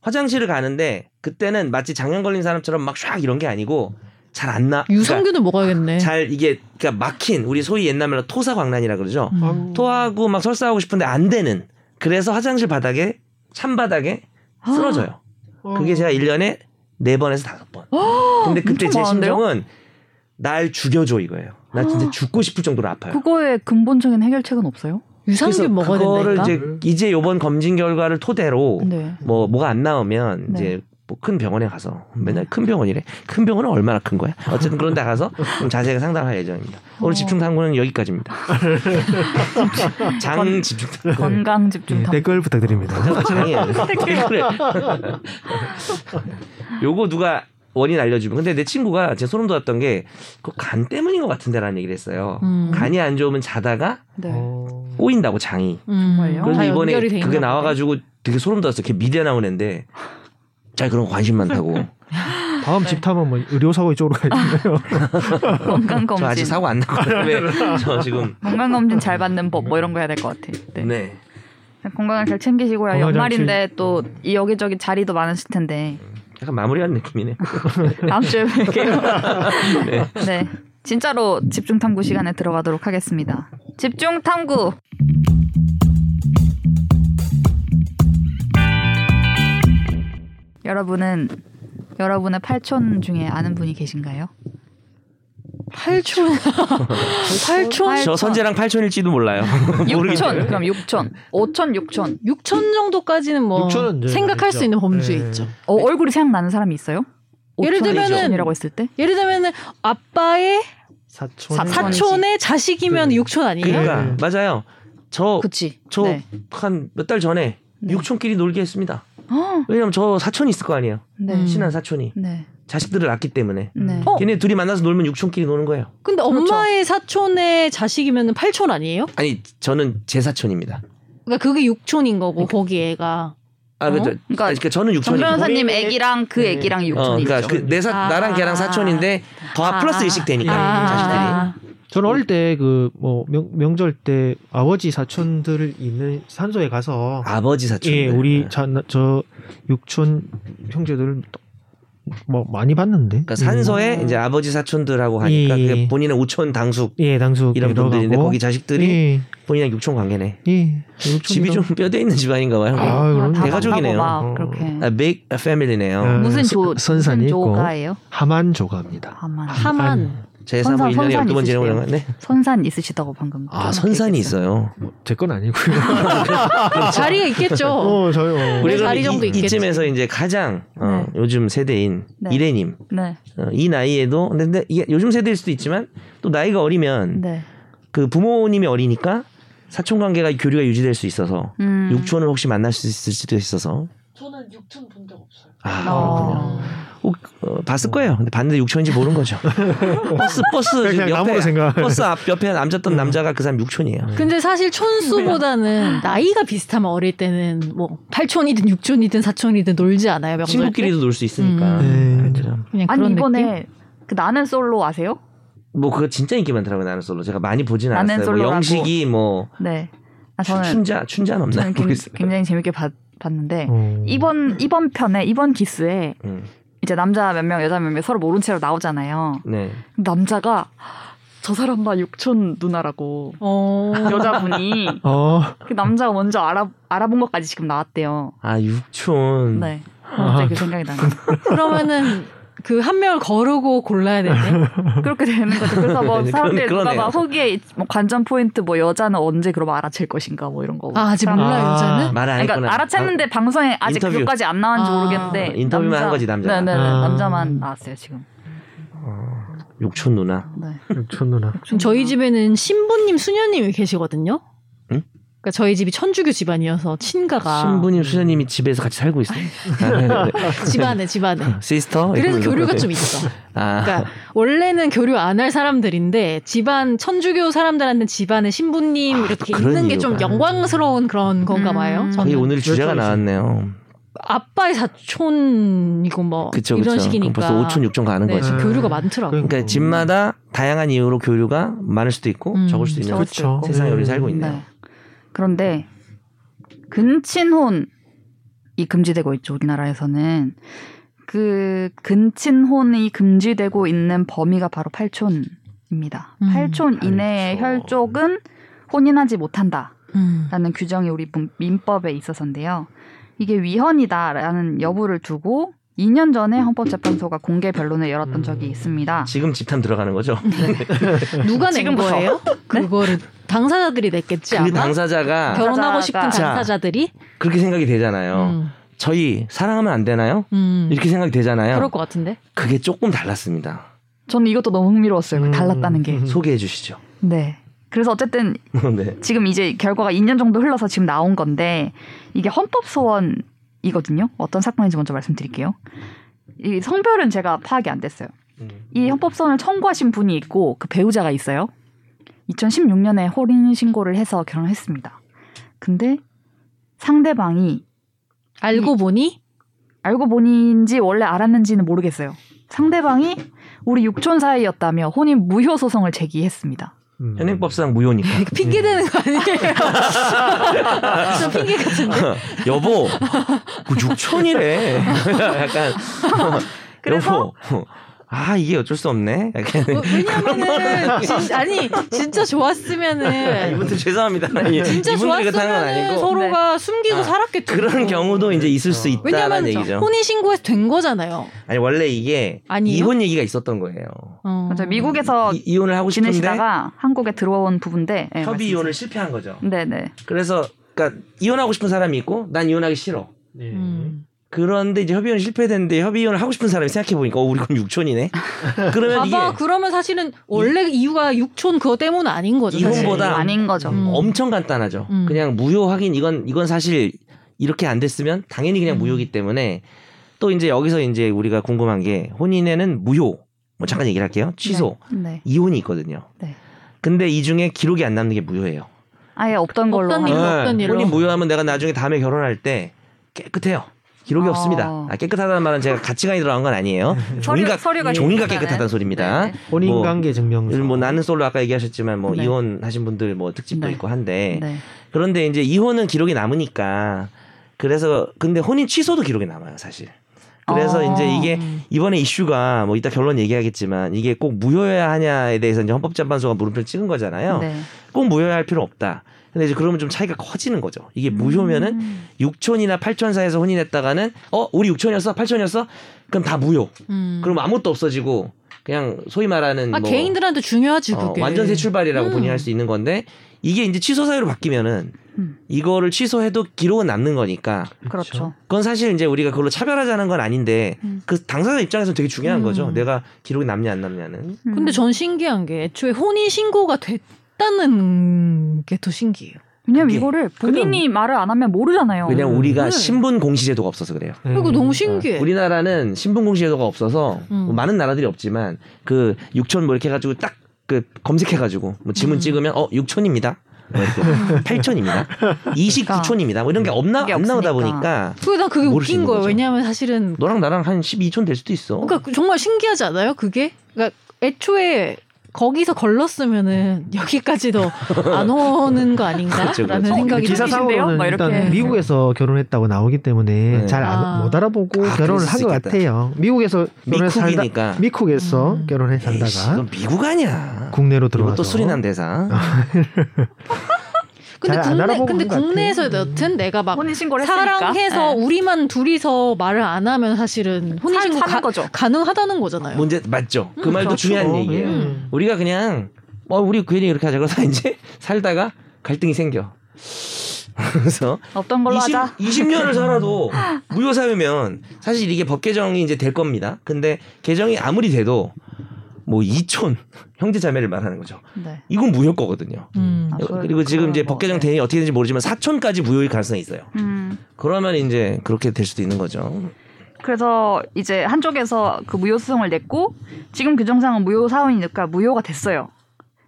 화장실을 가는데 그때는 마치 장염 걸린 사람처럼 막 샥 이런 게 아니고 잘 안 나. 그러니까 거. 유산균을 먹어야겠네. 잘 이게 그러니까 막힌 우리 소위 옛날 말로 토사광란이라 그러죠. 음. 아, 토하고 막 설사하고 싶은데 안 되는. 그래서 화장실 바닥에 찬 바닥에 아. 쓰러져요. 아. 그게 제가 1년에 4번에서 5번. 아, 근데 그때 제 엄청 많은데요? 심정은 날 죽여줘 이거예요. 나 아. 진짜 죽고 싶을 정도로 아파요. 그거의 근본적인 해결책은 없어요? 그래서 유산균 먹어야 그거를 된다니까. 음. 이제 이제 요번 검진 결과를 토대로 네. 뭐 뭐가 안 나오면 네. 이제 뭐 큰 병원에 가서 맨날 큰 병원이래. 큰 병원은 얼마나 큰 거야? 어쨌든 그런 데 가서 좀 자세하게 상담할 예정입니다. 오늘 어. 집중 탐구는 여기까지입니다. 장 집중 탐구. 건강 집중 네. 예, 탐. 댓글 어, 부탁드립니다. 장이에요. 댓글에. 요거 누가 원인 알려주면. 근데 내 친구가 제 소름 돋았던 게 그거 간 때문인 것 같은데라는 얘기를 했어요. 음. 간이 안 좋으면 자다가 네. 어, 꼬인다고 장이. 음. 정말요? 그래서 다 이번에 연결이 돼 그게 있나 보네. 나와가지고 되게 소름 돋았어. 걔 미대 나온 애인데 잘 그런 거 관심 많다고. 네. 다음 집 탐험 뭐 의료사고 이쪽으로 가야 되나요? 건강 네. 저 아직 검진. 사고 안 났거든요. 네. 저 지금 건강 검진 잘 받는 법 뭐 이런 거 해야 될 것 같아. 네. 네. 건강을 잘 챙기시고요. 건강 잘 연말인데 또 이 여기저기 자리도 많으실 텐데 약간 마무리한 느낌이네. 다음 주에 뵐게요. 네. 진짜로 집중 탐구 시간에 들어가도록 하겠습니다. 집중 탐구. 여러분은 여러분의 팔촌 중에 아는 분이 계신가요? 8촌. 8촌? 저 선재랑 8촌일지도 몰라요. 육촌. 그럼 육촌. 오촌, 육촌. 6천 정도까지는 뭐 육촌은 이제 생각할 알죠. 수 있는 범주에 예. 있죠. 어, 얼굴이 생각나는 사람이 있어요? 예를 오촌, 들면은- 육촌이라고 했을 때? 예를 들면은 아빠의 사촌. 사- 사촌. 사촌의 자식이면 네. 6촌 아니에요? 음. 그러니까 맞아요. 그치. 어, 저 네. 저 한 몇 달 전에 네. 육촌끼리 놀게 했습니다. 어, 왜냐면 저 사촌이 있을 거 아니에요. 네. 음. 친한 사촌이 네. 자식들을 낳기 때문에 네. 어? 걔네 둘이 만나서 놀면 육촌끼리 노는 거예요. 근데 엄마의 사촌의 자식이면 8촌 아니에요? 아니 저는 제 사촌입니다. 그러니까 그게 6촌인 거고 거기 애가. 아, 그, 어? 저, 그러니까 아니, 그러니까 저는 정 육촌이고. 변호사님 우리- 애기랑 그 네. 애기랑 어, 육촌이 그러니까 있죠. 아. 그, 내 사, 아. 나랑 걔랑 사촌인데 더 플러스 일씩 되니까 자식들이. 저는 어릴 때 그 뭐 명절 때 아버지 사촌들 있는 산소에 가서 아버지 네. 사촌. 예 우리 자, 나- 저 육촌 형제들을 또- 뭐 많이 봤는데 그러니까 산소에 음. 이제 아버지 사촌들하고 하니까 예, 그게 예. 본인의 우촌 당숙 예 당수 이런 분들인데 거기 자식들이 예, 본인이랑 육촌 관계네. 예 육촌이랑- 집이 좀 뼈대 있는 집안인가 봐요. 아, 그럼 다 대가족이네요. 만나고 막 어. 그렇게. 아, big family네요. 예, 무슨 선- 조 선산이 무슨 있고 조가예요? 하만 조가입니다. 아, 다만 하만. 제 사모 선산, 1년에 선산이 12번 지내고 그런 거 네. 선산 있으시다고 방금. 아, 선산이 있어요. 뭐 제 건 아니고요. 자리가 있겠죠. 어 저요. 우리- 우리가 자리 이- 정도 있겠지. 이쯤에서 이제 가장 어, 네. 요즘 세대인 네. 이래님 네, 어, 이 나이에도 근데, 근데 이게 요즘 세대일 수도 있지만 또 나이가 어리면 네. 그 부모님이 어리니까 사촌 관계가 교류가 유지될 수 있어서 음. 육촌을 혹시 만날 수 있을 수도 있어서 저는 육촌 본 적 없어요. 아 그렇군요. 어. 혹, 어, 봤을 거예요. 근데 봤는데 육촌인지 모르는 거죠. 버스 버스 그냥 지금 나무로 생각. 버스 앞 옆에 네. 앉았던 남자가 그 사람 육촌이에요. 근데 사실 네. 촌수보다는 나이가 비슷하면 어릴 때는 뭐 8촌이든 6촌이든 4촌이든 놀지 않아요. 명절 때. 친구끼리도 놀 수 있으니까. 음. 그렇죠. 그냥 그런 아니 느낌. 이번에 그 나는 솔로 아세요? 뭐 그거 진짜 인기 많더라고요 나는 솔로 제가 많이 보진 나는 않았어요 뭐 솔로라고. 영식이 뭐 네. 아, 추- 저는 춘자 춘자는 없나 뭐 저는 굉장히, 모르겠어요 굉장히 재밌게 봤, 봤는데 어. 이번 이번 편에 이번 기스에 음, 이제 남자 몇 명, 여자 몇 명 서로 모른 채로 나오잖아요. 네 남자가 저 사람 나 육촌 누나라고 어. 여자분이 어. 그 남자가 먼저 알아 알아본 것까지 지금 나왔대요. 아 육촌 네. 아, 갑자기 그 생각이 나네요. 그러면은 그 한 명을 거르고 골라야 되네. 그렇게 되는 거죠. 그래서 뭐 그러네, 사람들이 누가 그러네요. 막 후기에 뭐 관전 포인트 뭐 여자는 언제 그럼 알아챌 것인가 뭐 이런 거. 아, 아직 사람- 몰라요, 아. 여자는? 말안 그러니까 했구나 알아챘는데 방송에 아직 인터뷰. 그것까지 안 나왔는지 아. 모르겠는데 어, 인터뷰만 한 거지, 남자가. 네네 아. 남자만 나왔어요 지금. 아, 육촌 누나 네. 육촌 누나. 지금 저희 집에는 신부님, 수녀님이 계시거든요. 응? 그러니까 저희 집이 천주교 집안이어서 친가가 신부님 수녀님이 집에서 같이 살고 있어요 아, 네. 집안에 집안에. 시스터 그래서 어, 이러면서. 교류가 좀 있어. 아, 그러니까 원래는 교류 안 할 사람들인데 집안 천주교 사람들한테 집안에 신부님 아, 이렇게 또 그런 있는 게 좀 이유가. 영광스러운 그런 건가 음. 봐요. 저는 거기 오늘 주제가 나왔네요 아빠의 사촌이고 뭐 그쵸 이런 그쵸 그럼 식이니까 벌써 오촌 육촌 가는 네, 거지 지금 거지. 교류가 많더라고. 요 그러니까. 그러니까 집마다 다양한 이유로 교류가 많을 수도 있고 음, 적을 수도 있는 적을 수도 있고. 세상에 우리 살고 있네요 네. 그런데 근친혼이 금지되고 있죠 우리나라에서는 그 근친혼이 금지되고 있는 범위가 바로 8촌입니다. 음, 8촌 이내의 팔촌. 혈족은 혼인하지 못한다라는 음. 규정이 우리 문- 민법에 있어서인데요. 이게 위헌이다라는 여부를 두고 2년 전에 헌법재판소가 공개 변론을 열었던 음. 적이 있습니다. 지금 집탐 들어가는 거죠 그렇죠. 누가 낸 지금부터. 거예요? 그거를 당사자들이 냈겠지 그 아마. 당사자가 결혼하고 싶은 당사자가- 당사자들이 그렇게 생각이 되잖아요 음, 저희 사랑하면 안 되나요? 음. 이렇게 생각이 되잖아요. 그럴 것 같은데. 그게 조금 달랐습니다. 저는 이것도 너무 흥미로웠어요. 달랐다는 게. 음. 소개해 주시죠. 네. 그래서 어쨌든 네. 지금 이제 결과가 2년 정도 흘러서 지금 나온 건데 이게 헌법 소원이거든요. 어떤 사건인지 먼저 말씀드릴게요. 이 성별은 제가 파악이 안 됐어요. 이 헌법 소원을 청구하신 분이 있고 그 배우자가 있어요. 2016년에 혼인 신고를 해서 결혼했습니다. 근데 상대방이 음. 알고 보니 알고 보니인지 원래 알았는지는 모르겠어요. 상대방이 우리 육촌 사이였다며 혼인 무효 소송을 제기했습니다. 음. 현행법상 무효니까. 핑계 네. 대는 거 아니에요? 좀 핑계 같은데. 여보, 그 6천이래. 약간. 그래서 여보, 아 이게 어쩔 수 없네. 약간 뭐, 왜냐면은 진, 아니 진짜 좋았으면은 이분들 죄송합니다. 뭐 네. 진짜 이분들이 그렇다는 건 좋았으면은 아니고 네. 서로가 숨기고 아, 살았겠죠. 뭐. 그런 경우도 이제 있을 수 어. 왜냐면 있다라는 얘기죠. 혼인 신고해서 된 거잖아요. 아니 원래 이게 아니에요? 이혼 얘기가 있었던 거예요. 어. 맞아 미국에서 이, 혼을 하고 싶은데 지내시다가 한국에 들어온 부부인데 네, 협의 이혼을 실패한 거죠. 음. 네네 그래서 그러니까 이혼하고 싶은 사람이 있고 난 이혼하기 싫어. 네. 예. 음. 그런데 이제 협의 이혼 실패됐는데 협의 이혼을 하고 싶은 사람이 생각해 보니까 어, 우리 그럼 육촌이네. 그러면 이게 봐봐 그러면 사실은 원래 이유가 육촌 그거 때문 아닌 거죠. 이혼보다- 사실. 이혼보다 아닌 거죠. 음. 엄청 간단하죠. 음. 그냥 무효 확인 이건 이건 사실 이렇게 안 됐으면 당연히 그냥 음. 무효이기 때문에 또 이제 여기서 이제 우리가 궁금한 게 혼인에는 무효 뭐 잠깐 얘기를 할게요. 취소 네. 이혼이 있거든요. 네. 근데 이 중에 기록이 안 남는 게 무효예요. 아예 없던 걸로. 없던 하는 일로, 거. 네. 없던 일로. 혼인 무효하면 내가 나중에 다음에 결혼할 때 깨끗해요. 기록이 아. 없습니다. 아, 깨끗하다는 말은 제가 가치관이 들어간 건 아니에요. 종이가 서류가 종이가 깨끗하다는. 깨끗하다는 소리입니다. 네. 뭐, 혼인관계 증명서. 뭐 나는 솔로 아까 얘기하셨지만 뭐 네. 이혼하신 분들 뭐 특집도 네. 있고 한데 네. 그런데 이제 이혼은 기록이 남으니까 그래서 근데 혼인 취소도 기록이 남아요 사실. 그래서 어. 이제 이게 이번에 이슈가 뭐 이따 결론 얘기하겠지만 이게 꼭 무효여야 하냐에 대해서 이제 헌법재판소가 물음표를 찍은 거잖아요. 네. 꼭 무효여야 할 필요 없다. 근데 이제 그러면 좀 차이가 커지는 거죠. 이게 무효면은 음. 육촌이나 팔촌 사이에서 혼인했다가는 어 우리 육촌이었어 팔촌이었어 그럼 다 무효. 음. 그럼 아무것도 없어지고 그냥 소위 말하는 아, 뭐 개인들한테 중요하지 어, 그게. 완전 새 출발이라고 음. 본인이 할 수 있는 건데 이게 이제 취소 사유로 바뀌면은 음. 이거를 취소해도 기록은 남는 거니까 그렇죠. 그건 사실 이제 우리가 그걸로 차별하자는 건 아닌데 음. 그 당사자 입장에서 되게 중요한 음. 거죠. 내가 기록이 남냐 안 남냐는 음. 근데 전 신기한 게 애초에 혼인 신고가 됐다는 게 더 신기해요. 왜냐면 그게- 이거를 본인이 말을 안 하면 모르잖아요. 왜냐 면 음. 우리가 네. 신분 공시제도가 없어서 그래요. 어, 네. 그리고 너무 신기해. 아, 우리나라는 신분 공시제도가 없어서 음. 뭐 많은 나라들이 없지만 그 육촌 뭐 이렇게 해가지고 딱 그 검색해가지고 뭐 지문 음. 찍으면 어 육촌입니다. 뭐 이렇게 8촌입니다. 29촌입니다. 뭐 이런 게 없나 그게 안 나오다 없으니까. 보니까 그게 난 그게 모를 수 웃긴 있는 거예요. 거죠. 왜냐하면 사실은 너랑 나랑 한 12촌 될 수도 있어. 그러니까 정말 신기하지 않아요? 그게 그러니까 애초에 거기서 걸렀으면은 여기까지도 안 오는 거 아닌가라는 그렇죠, 그렇죠. 생각이 어, 기사 좀- 사고로- 사고로는 막 이렇게. 일단 미국에서 결혼했다고 나오기 때문에 네. 잘 아. 못 알아보고 아, 그럴 결혼을 한 수 것 있겠다. 같아요. 미국에서 결혼 살다 미국이니까. 미국에서 음. 결혼해 에이씨, 살다가 이건 미국 아니야. 그리고 국내로 들어와서 아. 또 수리남 대상. 근데 잘안 국내 알아보고 근데 그런 것 같아. 국내에서 여튼 내가 막 혼인 신고를 했으니까. 사랑해서 네. 우리만 둘이서 말을 안 하면 사실은 혼인 살 신고 사는 가, 거죠. 가능하다는 거잖아요. 문제 맞죠. 그 음, 말도 그렇죠. 어, 중요한 얘기예요. 음. 우리가 그냥 어 우리 괜히 이렇게 하자 그래서 이제 살다가 갈등이 생겨. 그래서 없던 걸로 하자. 20, 년을 살아도 무효 사유면 사실 이게 법 개정이 이제 될 겁니다. 근데 개정이 아무리 돼도 뭐 2촌 형제 자매를 말하는 거죠. 네. 이건 무효 거거든요. 음. 아, 그걸- 그리고 지금 이제 그걸 법 뭐- 개정 대행이 어떻게 되는지 모르지만 4촌까지 무효일 가능성이 있어요. 음. 그러면 이제 그렇게 될 수도 있는 거죠. 그래서 이제 한쪽에서 그 무효수송을 냈고 지금 규정상은 무효 사원이니까 무효가 됐어요.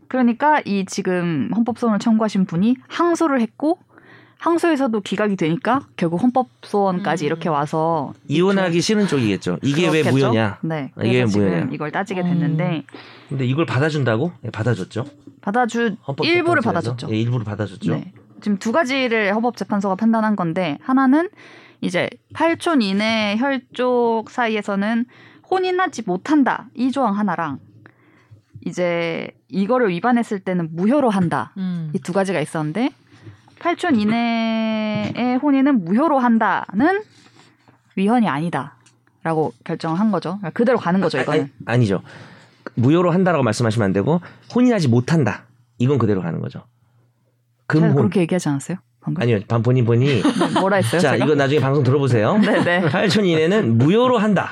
그러니까 이 지금 헌법소원을 청구하신 분이 항소를 했고 항소에서도 기각이 되니까 결국 헌법소원까지 음. 이렇게 와서 이혼하기 싫은 쪽이겠죠. 이게 왜 그렇죠. 그렇겠죠? 무효냐? 네. 이게 왜 그래서 지금 무효냐? 이걸 따지게 음. 됐는데 근데 이걸 받아준다고? 예, 받아줬죠. 받아주 헌법 일부를 재판소에서. 받아줬죠. 예, 일부를 받아줬죠. 네. 지금 두 가지를 헌법재판소가 판단한 건데 하나는 이제 8촌 이내 혈족 사이에서는 혼인하지 못한다 이 조항 하나랑 이제 이거를 위반했을 때는 무효로 한다 음. 이 두 가지가 있었는데 8촌 이내의 혼인은 무효로 한다는 위헌이 아니다라고 결정을 한 거죠. 그러니까 그대로 가는 거죠 이거는. 아, 니죠 무효로 한다라고 말씀하시면 안 되고 혼인하지 못한다. 이건 그대로 가는 거죠. 제가 금혼. 그렇게 얘기하지 않았어요? 방금 아니요. 반 본인 본이. 뭐라 했어요? 자, 제가? 이거 나중에 방송 들어보세요. 네네. 8촌 이내는 무효로 한다.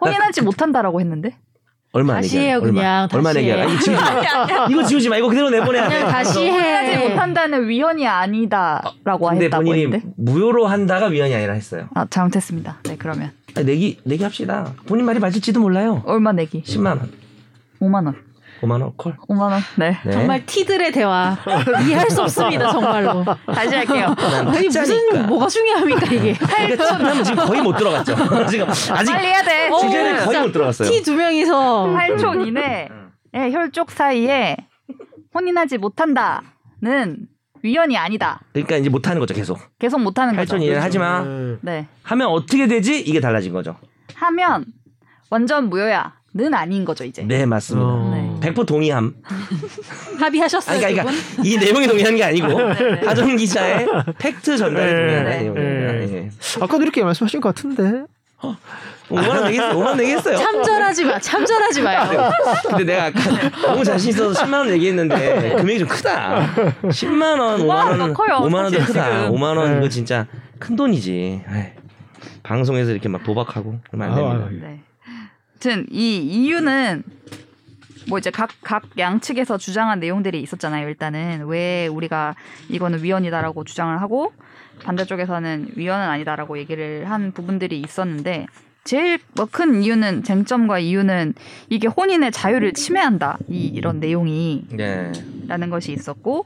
혼인하지 못한다라고 했는데. 얼마 안 다시 얘기해요? 해요, 얼마? 그냥. 얼마 다시 얘기해요? 해요. 이거 지우지 마. 이거 지우지 마. 이거 그대로 내보내야 돼. 그냥 다시 하지 해. 못한다는 위헌이 아니다라고 근데 했다고 본인이 했는데 무효로 한다가 위헌이 아니라 했어요. 아 잘못했습니다. 네 그러면 아니, 내기 내기 합시다. 본인 말이 맞을지도 몰라요. 얼마 내기? 10만 원, 5만 원. 5만 원 콜. 5만 원. 네. 네. 정말 티들의 대화 이해할 수 없습니다 정말로. 다시 할게요. 아니 무슨 타짜니까. 뭐가 중요합니까 이게? 그러니까 첫 남은 지금 거의 못 들어갔죠. 지금 아직 빨리 해야 돼. 어, 네. 주제를 지금 거의 음. 못 들어갔어요. 티 두 명이서 8촌 이내 의 혈족 사이에 혼인하지 못한다는 위헌이 아니다. 그러니까 이제 못 하는 거죠, 계속. 계속 못하는 거죠. 8촌 이내는 하지 마. 음. 네. 하면 어떻게 되지? 이게 달라진 거죠. 하면 완전 무효야. 는 아닌 거죠 이제. 네 맞습니다. 어. 네. 백 100% 동의함. 합의하셨어요, 아니, 그러니까, 두 분? 그러니까 이 내용이 동의하는 게 아니고 네, 네. 하정 기자의 팩트 전달이 네. 동의하는 내용입니다. 네. 예. 아까도 이렇게 말씀하신 것 같은데. 오만 내겠어요. 오만 내겠어요. 참전하지 마, 참전하지 마요. 근데 내가 아까 너무 자신 있어서 10만 원 얘기했는데 금액이 좀 크다. 10만 원, 5만 네. 와, 원, 나 커요, 5만 원도 사실 크다. 지금. 5만 원 네. 이거 진짜 큰 돈이지. 에이, 방송에서 이렇게 막 도박하고 그러면 안 아, 됩니다. 아유. 네. 아무튼 이 이유는 뭐 이제 각, 각 양측에서 주장한 내용들이 있었잖아요. 일단은 왜 우리가 이거는 위헌이다라고 주장을 하고 반대쪽에서는 위헌은 아니다라고 얘기를 한 부분들이 있었는데 제일 뭐 큰 이유는 쟁점과 이유는 이게 혼인의 자유를 침해한다 이, 이런 아, 내용이 예. 네. 라는 것이 있었고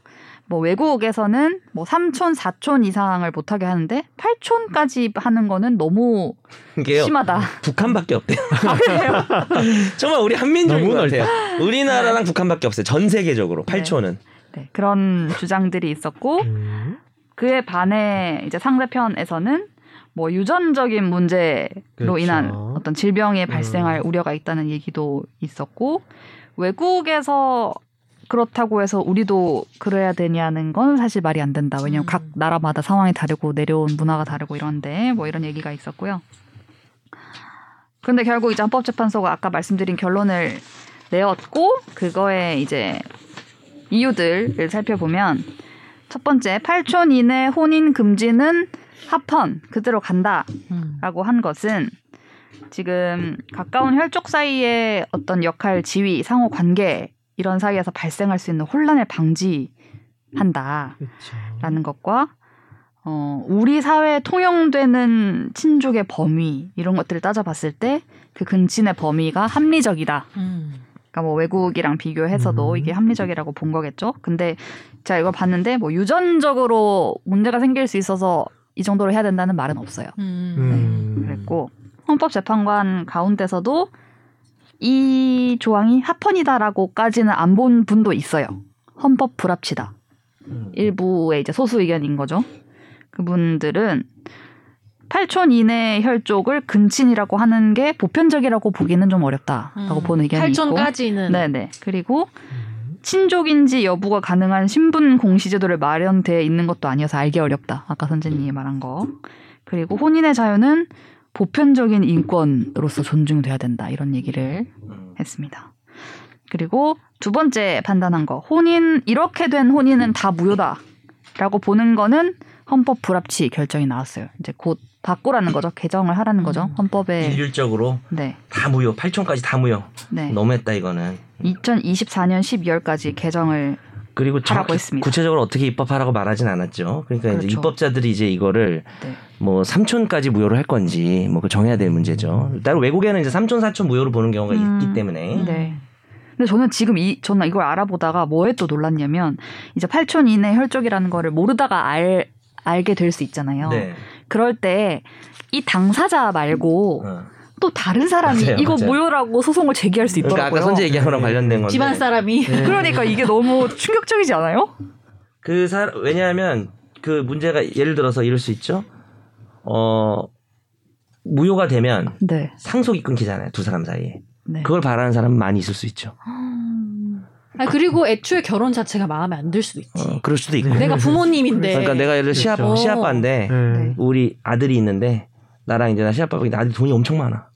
뭐 외국에서는 뭐 삼촌 사촌 이상을 못하게 하는데 팔촌까지 하는 거는 너무 이게요. 심하다 북한밖에 없대요. 아, 정말 우리 한민족인 너무 것 같아요. 우리나라랑 북한밖에 없어요. 전 세계적으로 8초는. 네, 그런 주장들이 있었고 음. 그에 반해 이제 상대편에서는 뭐 유전적인 문제로 그렇죠. 인한 어떤 질병이 발생할 음. 우려가 있다는 얘기도 있었고 외국에서 그렇다고 해서 우리도 그래야 되냐는 건 사실 말이 안 된다. 왜냐하면 음. 각 나라마다 상황이 다르고 내려온 문화가 다르고 이런데 뭐 이런 얘기가 있었고요. 그런데 결국 이제 헌법재판소가 아까 말씀드린 결론을 내었고 그거에 이제 이유들을 살펴보면 첫 번째 8촌 이내 혼인 금지는 합헌 그대로 간다. 음. 라고 한 것은 지금 가까운 혈족 사이의 어떤 역할, 지위, 상호 관계 이런 사이에서 발생할 수 있는 혼란을 방지한다라는 그렇죠. 것과 어, 우리 사회에 통용되는 친족의 범위 이런 것들을 따져봤을 때 그 근친의 범위가 합리적이다. 음. 그러니까 뭐 외국이랑 비교해서도 음. 이게 합리적이라고 본 거겠죠. 근데 제가 이걸 봤는데 뭐 유전적으로 문제가 생길 수 있어서 이 정도로 해야 된다는 말은 없어요. 음. 음. 네, 그랬고 헌법재판관 가운데서도 이 조항이 합헌이다라고까지는 안 본 분도 있어요. 헌법 불합치다. 음. 일부의 이제 소수 의견인 거죠. 그분들은 8촌 이내 혈족을 근친이라고 하는 게 보편적이라고 보기는 좀 어렵다라고 음. 본 의견이 있고. 8촌까지는 네네. 음. 그리고 음. 친족인지 여부가 가능한 신분 공시제도를 마련돼 있는 것도 아니어서 알기 어렵다. 아까 선생님이 말한 거. 그리고 혼인의 자유는 보편적인 인권으로서 존중돼야 된다. 이런 얘기를 했습니다. 그리고 두 번째 판단한 거. 혼인 이렇게 된 혼인은 다 무효다라고 보는 거는 헌법 불합치 결정이 나왔어요. 이제 곧 바꾸라는 거죠. 개정을 하라는 거죠. 음. 헌법에 일률적으로 네. 다 무효. 8초까지 다 무효. 네. 너무했다 이거는. 2024년 12월까지 개정을 그리고 하라고 정확히 했습니다. 구체적으로 어떻게 입법하라고 말하진 않았죠. 그러니까 이제 그렇죠. 입법자들이 이제 이거를 네. 뭐 3촌까지 무효로 할 건지 뭐 그 정해야 될 문제죠. 따로 외국에는 이제 3촌, 4촌 무효로 보는 경우가 음. 있기 때문에 네. 근데 저는 지금 이 저는 이걸 알아보다가 뭐에 또 놀랐냐면 이제 8촌 이내 혈족이라는 거를 모르다가 알 알게 될 수 있잖아요. 네. 그럴 때 이 당사자 말고 어. 또 다른 사람이 맞아요, 이거 맞아요. 무효라고 소송을 제기할 수 그러니까 있더라고요. 네. 아까 선재 얘기한 거랑 관련된 건데 집안 사람이 네. 그러니까 이게 너무 충격적이지 않아요? 그 사, 왜냐하면 그 문제가 예를 들어서 이럴 수 있죠. 어 무효가 되면 네. 상속이 끊기잖아요 두 사람 사이에. 네. 그걸 바라는 사람은 많이 있을 수 있죠. 어, 아니, 그리고 애초에 결혼 자체가 마음에 안 들 수도 있지. 어, 그럴 수도 있고. 네. 내가 부모님인데. 그러니까 내가 예를 들어 시아 그렇죠. 시아빠인데 네. 우리 아들이 있는데 나랑 이제 나 시아빠가 있는데 아들 돈이 엄청 많아.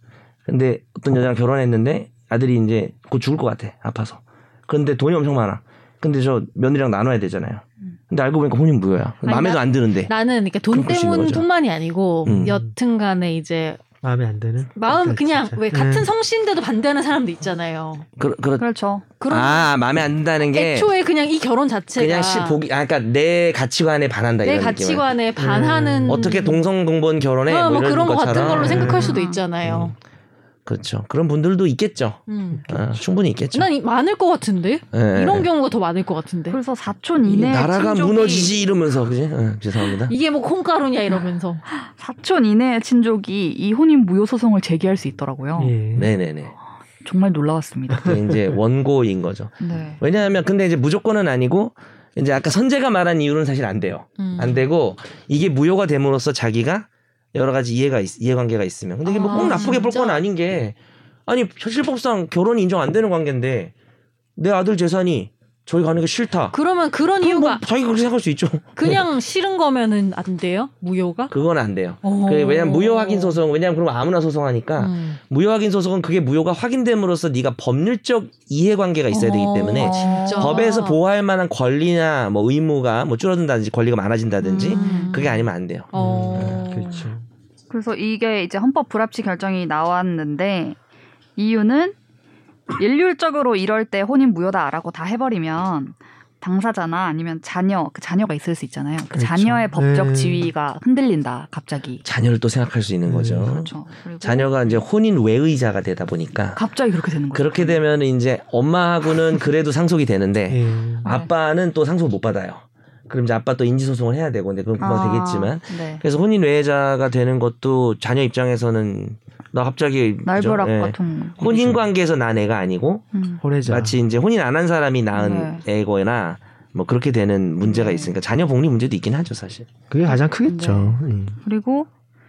근데 어떤 여자랑 결혼했는데 아들이 이제 곧 죽을 것 같아 아파서. 그런데 돈이 엄청 많아. 근데 저 며느리랑 나눠야 되잖아요. 근데 알고 보니까 혼인 무효야. 아니, 마음에도 나- 안 드는데. 나는 이렇게 돈 그런 것인 거죠. 때문뿐만이 아니고 음. 여튼간에 이제 마음에 안 드는. 마음 진짜, 그냥 진짜. 왜 같은 음. 네. 성씨인데도 반대하는 사람도 있잖아요. 그, 그, 그렇죠. 그런 아 마음에 안 든다는 게 애초에 그냥 이 결혼 자체가 그냥 시 보기 아 그러니까 내 가치관에 반한다 내 이런 느낌. 가치관에 반하는 어떻게 동성동본 결혼에 어, 뭐뭐 이런 그런 거 것처럼 같은 걸로 생각할 수도 음. 있잖아요. 그렇죠. 그런 분들도 있겠죠. 음. 어, 충분히 있겠죠. 난 이- 많을 것 같은데 예, 이런 예. 경우가 더 많을 것 같은데 그래서 4촌 이게 이내 나라가 친족이 무너지지 이러면서 그지? 어, 죄송합니다. 네, 이게 뭐 콩가루냐 이러면서 4촌 이내의 친족이 이 혼인 무효 소송을 제기할 수 있더라고요. 예. 네네네. 정말 놀라웠습니다. 그게 이제 원고인 거죠. 네. 왜냐하면 근데 이제 무조건은 아니고 이제 아까 선재가 말한 이유는 사실 안 돼요. 음. 안 되고 이게 무효가 됨으로써 자기가 여러 가지 이해가 있- 이해관계가 있으면 근데 이게 뭐 아, 꼭 나쁘게 볼 진짜? 건 아닌 게 아니 현실법상 결혼이 인정 안 되는 관계인데 내 아들 재산이 저희 가는 게 싫다. 그러면 그런 그럼 뭐 이유가 자기 그렇게 생각할 수 있죠. 그냥 싫은 거면은 안 돼요? 무효가? 그건 안 돼요. 어. 그 왜냐면 무효 확인 소송 왜냐면 그럼 아무나 소송하니까 음. 무효 확인 소송은 그게 무효가 확인됨으로써 네가 법률적 이해관계가 있어야 되기 때문에 어, 진짜. 법에서 보호할 만한 권리나 뭐 의무가 뭐 줄어든다든지 권리가 많아진다든지 음. 그게 아니면 음. 안 돼요. 어. 그렇죠. 그래서 이게 이제 헌법 불합치 결정이 나왔는데 이유는 일률적으로 이럴 때 혼인 무효다라고 다 해버리면 당사자나 아니면 자녀 그 자녀가 있을 수 있잖아요. 그 그렇죠. 자녀의 법적 네. 지위가 흔들린다 갑자기. 자녀를 또 생각할 수 있는 음, 거죠. 그렇죠. 그리고 자녀가 이제 혼인 외의자가 되다 보니까 갑자기 그렇게 되는 거예요. 그렇게 되면 이제 엄마하고는 그래도 상속이 되는데 예. 아빠는 또 상속 못 받아요. 그럼 이제 아빠 또 인지소송을 해야 되고 근데 그건 금방 아, 뭐 되겠지만 그렇죠. 네. 그래서 혼인 외의자가 되는 것도 자녀 입장에서는 나 갑자기 그죠? 날벼락 예. 같은. 거. 혼인 관계에서 난 애가 아니고 음. 혼외자. 마치 이제 혼인 안 한 사람이 낳은 애거나 뭐 그렇게 되는 문제가 네. 있으니까 자녀 복리 문제도 있긴 하죠 사실. 그게 가장 크겠죠. 예. 그리고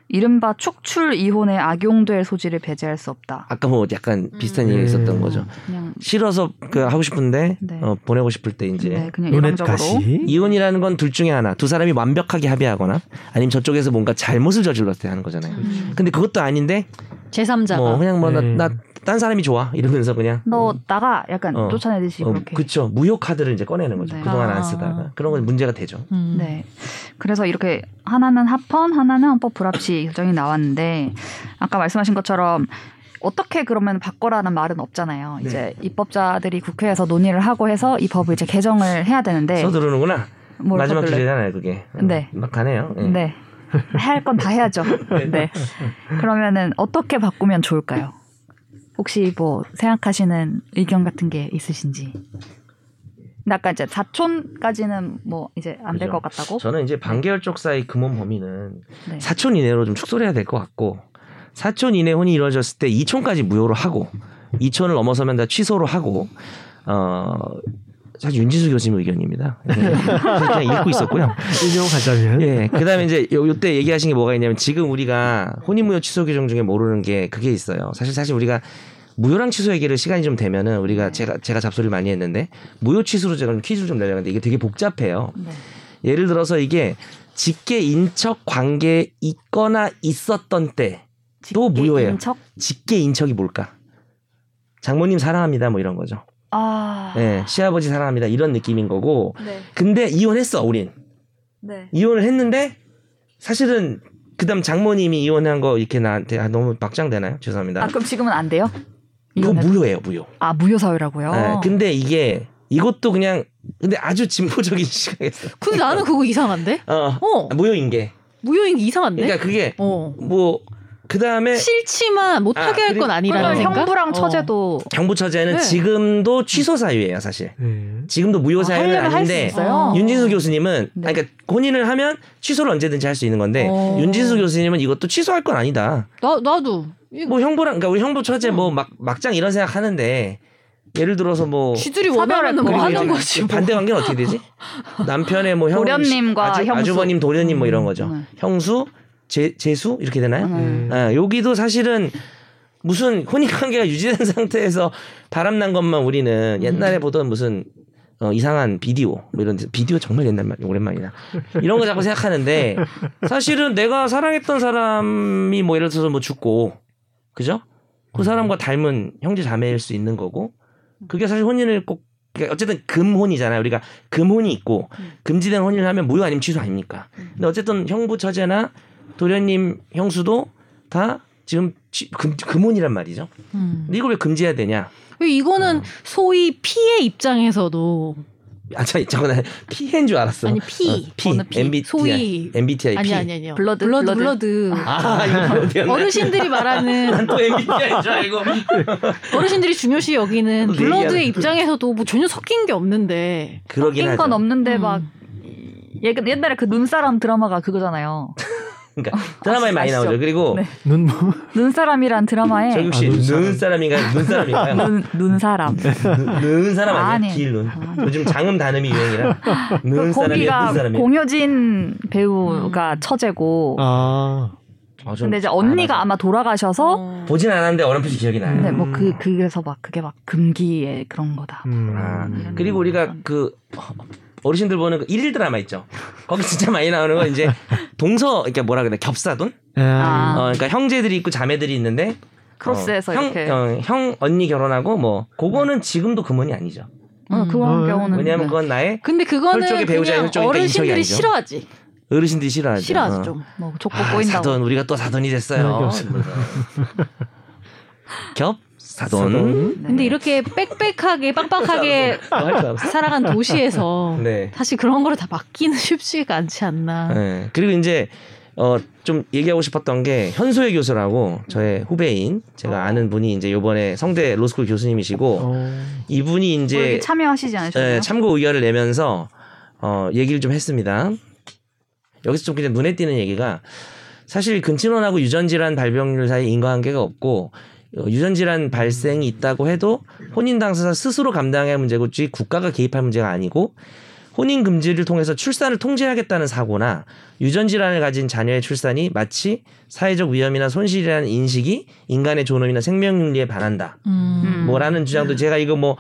이른바 축출 이혼에 악용될 소지를 배제할 수 없다. 아까 뭐 약간 비슷한 음. 얘기 가 있었던 음. 거죠. 그냥 싫어서 그 하고 싶은데 네. 어, 보내고 싶을 때 이제 네, 그냥 로넷 일방적으로. 가시. 이혼이라는 건 둘 중에 하나 두 사람이 완벽하게 합의하거나 아니면 저쪽에서 뭔가 잘못을 저질렀을 때 하는 거잖아요. 음. 근데 그것도 아닌데 제3자가 뭐 그냥 네. 뭐나딴 사람이 좋아 이러면서 그냥 너 나가 약간 어. 쫓아내듯이 어, 그렇게. 그쵸 무효 카드를 이제 꺼내는 거죠. 네. 그동안 아. 안 쓰다가 그런 건 문제가 되죠. 음. 네. 그래서 이렇게 하나는 합헌, 하나는 헌법 불합치 결정이 나왔는데 아까 말씀하신 것처럼 어떻게 그러면 바꿔라는 말은 없잖아요. 네. 이제 입법자들이 국회에서 논의를 하고 해서 이 법을 이제 개정을 해야 되는데 서두르는구나 뭘 마지막 서둘러요? 주제잖아요 그게. 어, 네. 막 가네요. 예. 네. 할 건 다 해야죠. 네. 그러면은 어떻게 바꾸면 좋을까요? 혹시 뭐 생각하시는 의견 같은 게 있으신지. 근데 아까 이제 사촌까지는 뭐 이제 안 될 것 같다고. 저는 이제 반개월 쪽 사이 금원 범위는 네. 사촌 이내로 좀 축소를 해야 될 것 같고 사촌 이내 혼이 이루어졌을 때 2촌까지 무효로 하고 2촌을 넘어서면 다 취소로 하고 어 사실 윤지수 교수님 의견입니다. 예. 그냥 읽고 있었고요. 인용하자면 예. 그다음에 이제 요, 요때 얘기하신 게 뭐가 있냐면 지금 우리가 혼인무효 취소 규정 중에 모르는 게 그게 있어요. 사실 사실 우리가 무효랑 취소 얘기를 시간이 좀 되면은 우리가 제가 제가 잡소리를 많이 했는데 무효 취소로 제가 좀 퀴즈를 좀 내려는데 이게 되게 복잡해요. 네. 예를 들어서 이게 직계 인척 관계에 있거나 있었던 때 또 직계 무효예요. 인척? 직계 인척이 뭘까? 장모님 사랑합니다 뭐 이런 거죠. 아. 예, 시아버지 사랑합니다 이런 느낌인 거고. 네. 근데 이혼했어 우린. 네. 이혼을 했는데 사실은 그다음 장모님이 이혼한 거 이렇게 나한테 아, 너무 막장되나요? 죄송합니다. 아 그럼 지금은 안 돼요? 네. 이건 이거는? 무효예요 무효. 아 무효사회라고요. 예, 근데 이게 이것도 그냥 근데 아주 진보적인 시각에서 근데 나는 그거 이상한데? 어 어. 무효인 게 무효인 게 네? 이상한데? 그러니까 그게 어. 뭐 그다음에 싫지만 아, 못하게 할 그리고 건 아니라는 그러면 생각? 형부랑 어. 처제도 경부 처제는 네. 지금도 취소 사유예요, 사실. 예. 지금도 무효 아, 사유는 하려면 할 수 아닌데 있어요. 어. 윤진수 교수님은 네. 아니, 그러니까 혼인을 하면 취소를 언제든지 할 수 있는 건데 어. 윤진수 교수님은 이것도 취소할 건 아니다. 나, 나도. 이거 뭐 형부랑 그러니까 우리 형부 처제 어. 뭐 막 막장 이런 생각 하는데 예를 들어서 뭐 지들이 사별할 원하면 뭐 거리가 하는 이제 거지. 뭐. 반대 관계는 어떻게 되지? 남편의 뭐 형, 도련님과 아주, 형수. 아주버님 도련님 뭐 이런 거죠. 음. 형수, 제, 제수 이렇게 되나요? 음. 예, 여기도 사실은 무슨 혼인 관계가 유지된 상태에서 바람난 것만 우리는 옛날에 보던 무슨 어, 이상한 비디오 뭐 이런 데- 비디오 정말 옛날 말 오랜만이다 이런 거 자꾸 생각하는데 사실은 내가 사랑했던 사람이 뭐 예를 들어서 뭐 죽고 그죠 그 사람과 닮은 형제 자매일 수 있는 거고 그게 사실 혼인을 꼭 그러니까 어쨌든 금혼이잖아요 우리가 금혼이 있고 금지된 혼인을 하면 무효 아니면 취소 아닙니까 근데 어쨌든 형부 처제나 도련님 형수도 다 지금 취- 금, 금혼이란 말이죠. 음. 근데 이걸 왜 금지해야 되냐? 이거는 어. 소위 피해 입장에서도 아, 저, 저거 나 피해인 줄 알았어. 아니, 피. 어, 피. 어느 피? MBTI. 소위. MBTI. 아니 네, 피. 아니 아니요. 블러드, 블러드 블러드. 블러드. 아, 이거 어디였나? 어르신들이 말하는 또 MBTI인 줄 알고. 어르신들이 중요시 여기는 또 얘기하는- 블러드의 입장에서도 뭐 전혀 섞인 게 없는데 그러긴 낀 하죠. 건 없는데 음. 막 예, 옛날에 그 눈사람 드라마가 그거잖아요. 그러니까 드라마에 많이 어, 아시죠? 나오죠. 그리고 네. 눈물. 눈사람이란 저 드라마에 혹시 아, 눈사람. 눈 사람인가요? 눈 사람인가요? 눈 눈사람. 눈 사람 아니에요? 아니. 길 눈. 아. 요즘 장음 단음이 유행이라 그 눈 사람이야, 눈 거기가 사람이야. 공효진 배우가 처제고 아. 어, 음. 좀 근데 이제 언니가 안 와서. 음. 아마 어? 돌아가셔서 보진 않았는데 어렴풋이 기억이 나요. 네, 뭐 그 음. 그래서 막 그게 막 금기의 그런 거다. 음. 아, 이런 그리고 음. 우리가 그 어르신들 보는 그 일일 드라마 있죠. 거기 진짜 많이 나오는 건 이제 동서 그러니까 뭐라 그래 겹사돈. 아. 어, 그러니까 형제들이 있고 자매들이 있는데 크로스해서 어, 형, 이렇게. 어, 형 언니 결혼하고 뭐 그거는 지금도 금혼이 아니죠. 어, 그런 음. 경우는 왜냐하면 네. 그건 나의 근데 그거는 혈족의 배우자의 그냥 혈족이니까 인척이 어르신들이 아니죠. 싫어하지. 어르신들이 싫어하죠. 싫어하지 어. 좀. 뭐 족보 아, 꼬인다고. 사돈 우리가 또 사돈이 됐어요. 그런 게 이러면서. 겹 사돈. 사돈. 네. 근데 이렇게 빽빽하게 빡빡하게 뭐. 살아간 도시에서 네. 사실 그런 거를 다 막기는 쉽지가 않지 아. 않나. 네. 그리고 이제 어 좀 얘기하고 싶었던 게 현소혜 교수라고 저의 후배인 어. 제가 아는 분이 이제 요번에 성대 로스쿨 교수님이시고 어. 이분이 뭐 이렇게 이제 참여하시지 않으셨나요? 예, 참고 의견을 내면서 어, 얘기를 좀 했습니다. 여기서 좀 그냥 눈에 띄는 얘기가 사실 근친혼하고 유전질환 발병률 사이 인과관계가 없고 어, 유전질환 발생이 있다고 해도 혼인 당사자 스스로 감당해야 할 문제고지 국가가 개입할 문제가 아니고 혼인 금지를 통해서 출산을 통제하겠다는 사고나 유전 질환을 가진 자녀의 출산이 마치 사회적 위험이나 손실이라는 인식이 인간의 존엄이나 생명 윤리에 반한다. 음. 뭐라는 주장도 제가 이거 뭐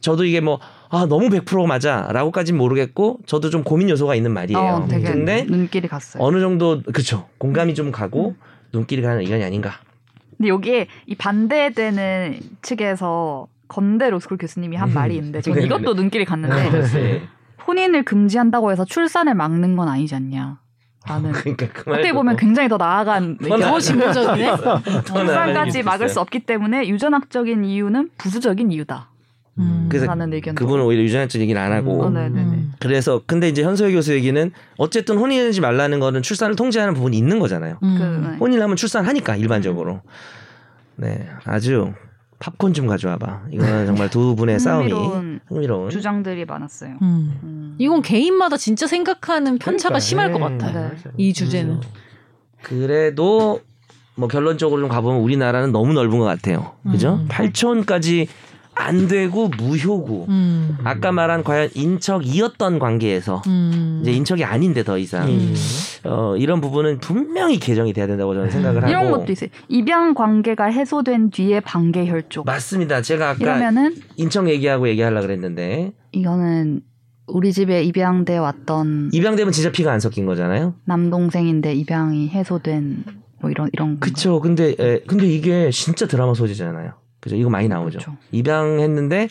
저도 이게 뭐 아 너무 100% 맞아라고까지는 모르겠고 저도 좀 고민 요소가 있는 말이에요. 어, 되게 예, 음. 근데 눈길이 갔어요. 어느 정도 그쵸 공감이 좀 가고 눈길이 가는 의견이 아닌가. 근데 여기에 이 반대되는 측에서 건대 로스쿨 교수님이 한 말이 있는데 저는 네, 이것도 눈길이 갔는데 혼인을 금지한다고 해서 출산을 막는 건 아니지 않냐. 라는 그러니까 그 말도 어떻게 보면 굉장히 더 나아간 네. 그건 의견. 더 진보적이네. 음. 나아간 출산까지 얘기도 막을 있어요. 수 없기 때문에 유전학적인 이유는 부수적인 이유다. 음. 그래서 라는 의견도. 그분은 오히려 유전학적 얘기를 안 하고 어, 네, 네, 네. 음. 그래서 근데 이제 현소혜 교수 얘기는 어쨌든 혼인하지 말라는 거는 출산을 통제하는 부분이 있는 거잖아요. 음. 그, 네. 혼인하면 출산하니까 일반적으로. 네, 아주 팝콘 좀 가져와봐. 이거는 정말 두 분의 싸움이 네. 흥미로운 흥미로운. 주장들이 많았어요. 음. 음. 이건 개인마다 진짜 생각하는 편차가 심할 것 같아요. 네. 이 주제는. 그래도 뭐 결론적으로 좀 가보면 우리나라는 너무 넓은 것 같아요. 그죠? 음. 8천까지 안 되고 무효고 음. 아까 말한 과연 인척이었던 관계에서 음. 이제 인척이 아닌데 더 이상 음. 어, 이런 부분은 분명히 개정이 돼야 된다고 저는 생각을 하고 이런 것도 있어요. 입양 관계가 해소된 뒤에 반개 혈족. 맞습니다. 제가 아까 이러면은 인척 얘기하고 얘기하려고 그랬는데 이거는 우리 집에 입양돼 왔던 입양되면 진짜 피가 안 섞인 거잖아요. 남동생인데 입양이 해소된 뭐 이런 이런 거. 그쵸. 근데 에, 근데 이게 진짜 드라마 소재잖아요. 그죠? 이거 많이 나오죠. 그쵸. 입양했는데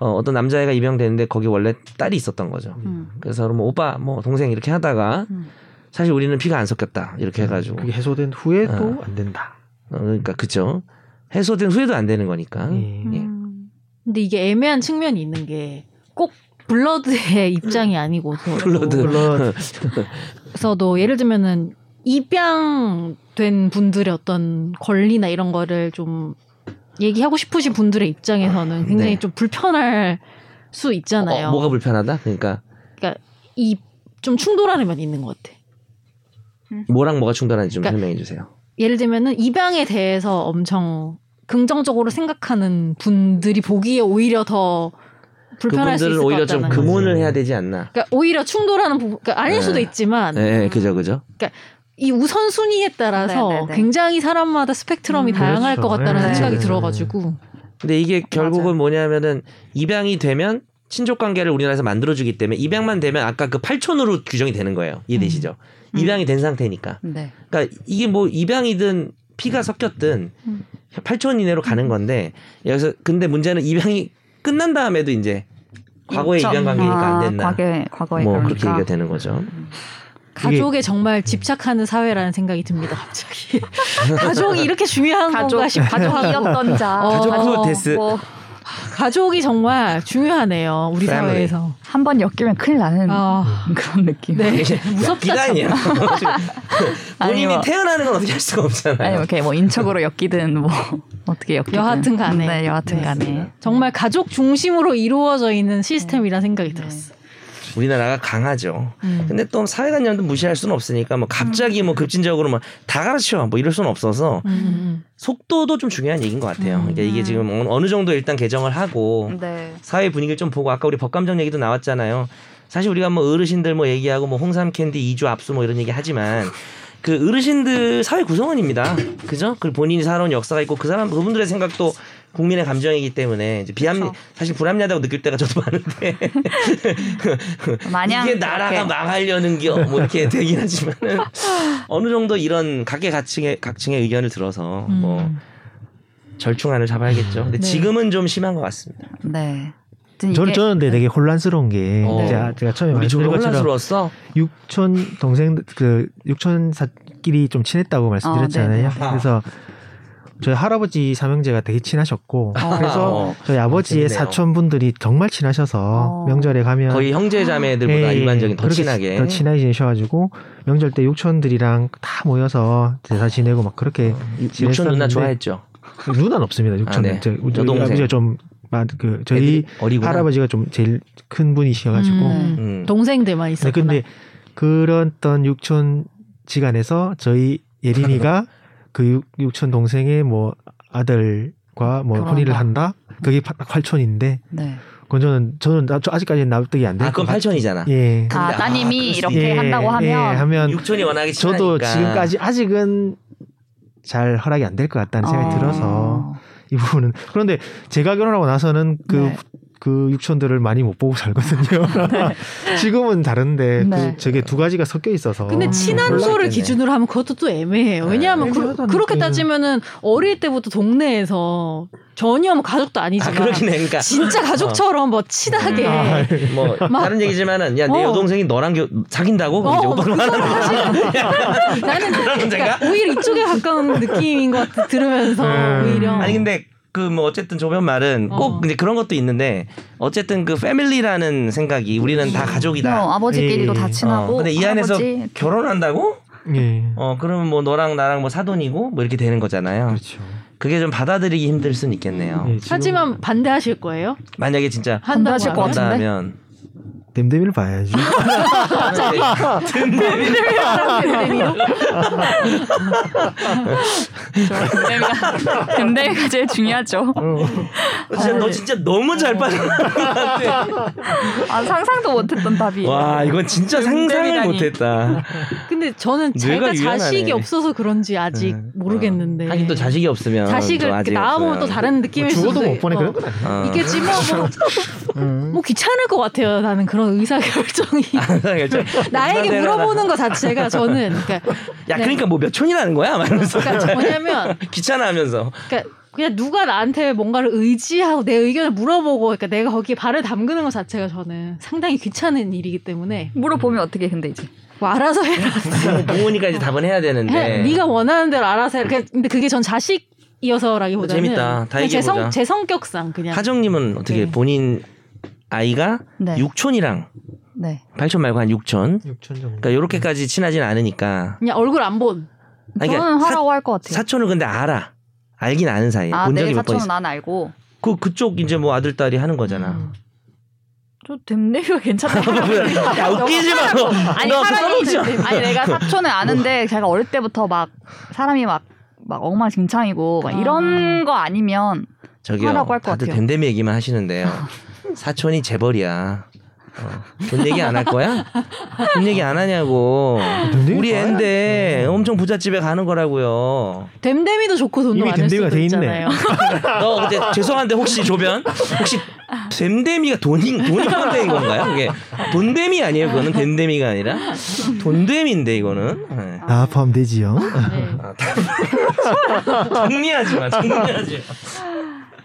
어, 어떤 남자애가 입양됐는데 거기 원래 딸이 있었던 거죠. 음. 그래서 그럼 오빠 뭐 동생 이렇게 하다가 음. 사실 우리는 피가 안 섞였다 음, 이렇게 해가지고 그게 해소된 후에도 아. 안 된다. 어, 그러니까 그쵸. 해소된 후에도 안 되는 거니까. 예. 예. 음. 근데 이게 애매한 측면이 있는 게 꼭 블러드의 입장이 아니고 블러드. 블러드. 서도 예를 들면은 입양된 분들의 어떤 권리나 이런 거를 좀 얘기하고 싶으신 분들의 입장에서는 굉장히 네. 좀 불편할 수 있잖아요. 어, 뭐가 불편하다? 그러니까 이 좀 충돌하는 면이 있는 것 같아. 뭐랑 뭐가 충돌하는지 좀 그러니까- 설명해 주세요. 예를 들면은 입양에 대해서 엄청 긍정적으로 생각하는 분들이 보기에 오히려 더 불편할 수 있을 그분들은 것 오히려 좀 같다는 거지. 금혼을 거지. 해야 되지 않나. 그러니까 오히려 충돌하는 부분, 그러니까 아닐 네. 수도 있지만 예, 예, 그죠, 그죠. 이 우선순위에 따라서 네네네. 굉장히 사람마다 스펙트럼이 음. 다양할 그렇죠. 것 같다는 네. 생각이 네. 들어가지고 근데 이게 결국은 맞아요. 뭐냐면은 입양이 되면 친족 관계를 우리나라에서 만들어주기 때문에 입양만 되면 아까 그 8촌으로 규정이 되는 거예요. 이해되시죠? 음. 입양이 된 상태니까. 네. 그러니까 이게 뭐 입양이든 피가 섞였든 음. 8촌 이내로 가는 건데 여기서 근데 문제는 입양이 끝난 다음에도 이제 과거의 인정. 입양 관계니까 안 아, 됐나. 과거에 과거에 뭐 그렇게 그러니까. 얘기가 되는 거죠. 가족에 정말 집착하는 사회라는 생각이 듭니다. 갑자기 가족이 이렇게 중요한 가족 건가 싶기도 하고 가족이었던 자. 어, 가족 뭐 데스. 가족이 정말 중요하네요. 우리 Family. 사회에서. 한번 엮이면 큰일 음. 나는 아, 그런 느낌. 네 무섭다. 참. 기단이야. 본인이 아니요. 뭐. 태어나는 건 어떻게 할 수가 아니 없잖아요. 이렇게 뭐 인척으로 엮이든 뭐 어떻게 엮이든 여하튼 간에. 네, 여하튼 간에 맞습니다. 정말 가족 중심으로 이루어져 있는 시스템이라는 생각이 네. 들었어. 우리나라가 강하죠. 음. 근데 또 사회관념도 무시할 수는 없으니까 뭐 갑자기 뭐 급진적으로 뭐 다 가르쳐 뭐 이럴 수는 없어서 음, 음, 속도도 좀 중요한 얘기인 것 음. 같아요. 그러니까 이게 지금 어- 어느 정도 일단 개정을 하고 네. 사회 분위기를 좀 보고 아까 우리 법감정 얘기도 나왔잖아요. 사실 우리가 뭐 어르신들 뭐 얘기하고 뭐 홍삼 캔디 이주 압수 뭐 이런 얘기 하지만 그 어르신들 사회 구성원입니다. 그죠? 그 본인이 살아온 역사가 있고 그 사람 그분들의 생각도 국민의 감정이기 때문에 이제 비합리 그렇죠. 사실 불합리하다고 느낄 때가 저도 많은데 마냥 이게 나라가 그렇게. 망하려는 게 뭐 이렇게 되긴 하지만은 어느 정도 이런 각계 각층의 각층의 의견을 들어서 뭐 음. 절충안을 잡아야겠죠. 근데 네. 지금은 좀 심한 것 같습니다. 네. 하여튼 저는 이게- 저는 근데 되게 혼란스러운 게 어. 제가, 제가 처음에 우리 둘이 말씀드린 것처럼 혼란스러웠어. 육촌 동생 그 육촌사끼리 좀 친했다고 말씀드렸잖아요. 어, 네네. 그래서 저희 할아버지 삼형제가 되게 친하셨고 어. 그래서 어. 저희 아버지의 재밌네요. 사촌분들이 정말 친하셔서 어. 명절에 가면 거의 형제 자매들보다 예, 예. 일반적인 더 그렇게 친하게. 더 친하게 지내셔가지고 명절 때 육촌들이랑 다 모여서 제사 지내고 막 그렇게 육촌 지냈었는데 누나 좋아했죠. 누나는 없습니다. 육촌은 어. 아, 네. 저, 우리 여동생. 아버지가 좀그 저희 애들이 어리구나. 할아버지가 좀 제일 큰 분이셔가지고 음. 음. 동생들만 네, 있었구나. 근데 그런 어떤 육촌 지간에서 저희 예린이가 그 육, 육촌 동생의 뭐 아들과 뭐 결혼한다. 혼인을 한다. 그게 팔- 팔촌인데 네. 그건 저는 저는 나, 저 아직까지는 납득이 안 돼. 아 그건 팔촌이잖아. 예. 아, 근데- 아, 따님이 그럴 수도 이렇게 예, 한다고 하면 예, 하면 육촌이 워낙에 친하니까. 저도 지금까지 아직은 잘 허락이 안 될 것 같다는 생각이 어. 들어서 이 부분은 그런데 제가 결혼하고 나서는 그 네. 그 육촌들을 많이 못 보고 살거든요. 지금은 다른데 네. 그 저게 두 가지가 섞여 있어서. 근데 친한 아, 몰랐겠네. 거를 기준으로 하면 그것도 또 애매해요. 네. 왜냐하면 그, 애매하다니까. 렇게 따지면은 어릴 때부터 동네에서 전혀 뭐 가족도 아 아니지만 그러긴 해. 그러니까 진짜 가족처럼 뭐 친하게 아, 예. 뭐 다른 얘기지만은 야 내 어. 여동생이 너랑 겨, 사귄다고 어, 이제 오빠가 말하는 거야. 나는 예. 그런 문제인가? 그러니까 오히려 이쪽에 가까운 느낌인 것 같아 들으면서 음. 오히려 아니 근데 그 뭐 어쨌든 조변 말은 어. 꼭 이제 그런 것도 있는데 어쨌든 그 패밀리라는 생각이 우리는 다 가족이다. 형, 아버지끼리도 예, 다 예. 친하고. 어, 근데 이 안에서 할아버지. 결혼한다고? 예. 어 그러면 뭐 너랑 나랑 뭐 사돈이고 뭐 이렇게 되는 거잖아요. 그렇죠. 그게 좀 받아들이기 힘들 순 있겠네요. 예, 지금 하지만 반대하실 거예요? 만약에 진짜 한다고 반대하실 것 하면? 같은데? 한다면 댐댐이를 봐야지. 그렇죠. 근데가 근데가 제일 중요하죠. 음. 진짜 아, 예. 너 진짜 너무 잘 빠져. 아, 상상도 못했던 예. 답이. 와 이건 진짜 상상을 댐댐이라니. 못했다. 근데 저는 뇌가 제가 유연하네. 자식이 없어서 그런지 아직 음. 모르겠는데 하긴 또 자식이 없으면 자식을 또 이렇게 아직 낳아보면 또 없어요. 뭐 다른 느낌일 수도 죽어도 못 보내 있고. 그런 건 아니야. 어. 이게 지금 뭐, 뭐 귀찮을 것 같아요. 나는 그런 의사 결정이 결정. 나에게 물어보는 것 자체가 저는 그러니까, 야 그러니까 뭐 몇 촌이라는 거야? 막 이러면서 그러니까 뭐냐면 귀찮아하면서 그러니까 그냥 누가 나한테 뭔가를 의지하고 내 의견을 물어보고 그러니까 내가 거기에 발을 담그는 것 자체가 저는 상당히 귀찮은 일이기 때문에 물어보면 어떻게 근데 이제. 뭐 알아서 해라. 뭐 부모니까 이제 답은 해야 해. 되는데. 네가 원하는 대로 알아서 해라. 그냥- 근데 그게 전 자식 이어서라기보다는 뭐 재밌다. 그냥 다 제, 얘기해보자. 성, 제 성격상 그냥 하정님은 어떻게 네. 본인 아이가 네. 육촌이랑 네. 팔촌 말고 한 육촌. 6천 정도. 그러니까 요렇게까지 친하진 않으니까. 그냥 얼굴 안 본. 아니, 그러니까 저는 사- 하라고 할 것 같아요. 사촌을 근데 알아. 알긴 아는 사이에 아, 본 내 적이 몇 번 사촌은 있어. 난 알고. 그 그쪽 이제 뭐 아들 딸이 하는 음. 거잖아. 저 댐내비가 괜찮다. 야 웃기지 마. 너, 아니 너 사람이 써먹지 마. 아니 내가 사촌을 아는데 제가 어릴 때부터 막 사람이 막, 막 엉망진창이고 막 아. 이런 거 아니면 저기요. 하라고 할것 다들 같아요. 댐댐이 얘기만 하시는데요. 사촌이 재벌이야. 어, 돈 얘기 안 할 거야? 돈 얘기 안 하냐고. 돈 얘기 우리 좋아요. 네. 애인데 엄청 부잣집에 가는 거라고요. 댐댐이도 좋고 돈도 이미 많을 댐댐이가 수도 돼 있네. 있잖아요. 너 근데 죄송한데 혹시 조변 혹시 댐댐이가 돈인 돈이 포함된 건가요? 그게 돈댐이 아니에요. 그거는 댐댐이가 아니라 돈댐인데 이거는 네. 나 포함되지요. 네. 정리하지 마. 정리하지. 마.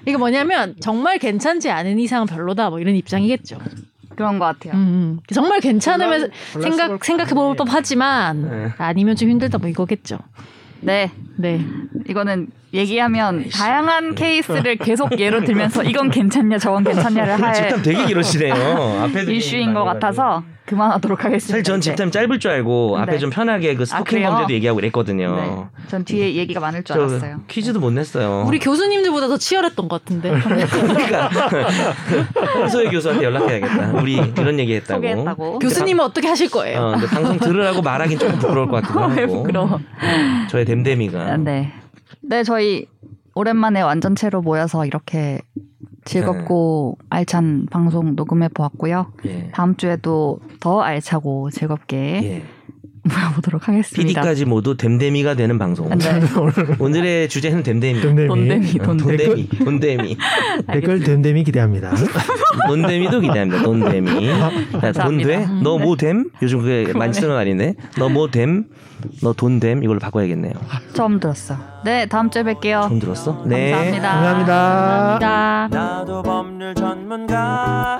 이게 뭐냐면 정말 괜찮지 않은 이상 별로다 뭐 이런 입장이겠죠. 그런 것 같아요. 음, 정말 괜찮으면 골라- 골랐을 생각 생각해 볼 법하지만 네. 아니면 좀 힘들다 뭐 이거겠죠. 네, 네. 이거는 얘기하면 네. 다양한 케이스를 계속 예로 들면서 이건 괜찮냐 저건 괜찮냐를 오늘 할 집탐 되게 길어지네요. 앞에도 이슈인 아, 예. 것 같아서 그만하도록 하겠습니다. 사실 전 이제. 집탐 짧을 줄 알고 앞에 네. 좀 편하게 그 스토킹 그래요? 범죄도 얘기하고 그랬거든요. 네, 전 뒤에 얘기가 많을 줄 저 알았어요. 퀴즈도 못 냈어요. 우리 교수님들보다 더 치열했던 것 같은데. 그러니까 홍소희 교수한테 연락해야겠다. 우리 이런 얘기했다고. 소개했다고. 교수님은 어떻게 하실 거예요? 어, 근데 방송 들으라고 말하긴 좀 부끄러울 것 같기도 하고. 아, 왜 부끄러워? 저의 댐댐이가. 네. 네, 저희 오랜만에 완전체로 모여서 이렇게 즐겁고 네. 알찬 방송 녹음해 보았고요. 예. 다음 주에도 더 알차고 즐겁게 예. 모여보도록 하겠습니다. PD까지 모두 댐댐이가 되는 방송. 네. 오늘의 주제는 댐댐이. 돈데미, 어, 돈데미, 돈데미. 돈데미, 댓글 댐댐이 기대합니다. 돈데미도 기대합니다. 돈데미. 야, 돈돼? 감사합니다. 네. 너 뭐됨? 요즘 그게 많이 쓰는 말인데. 너 뭐됨? 너 돈됨? 이걸로 바꿔야겠네요. 처음 들었어. 네, 다음 주에 뵐게요. 처음 들었어? 네. 감사합니다. 감사합니다. 감사합니다. 나도 법률 전문가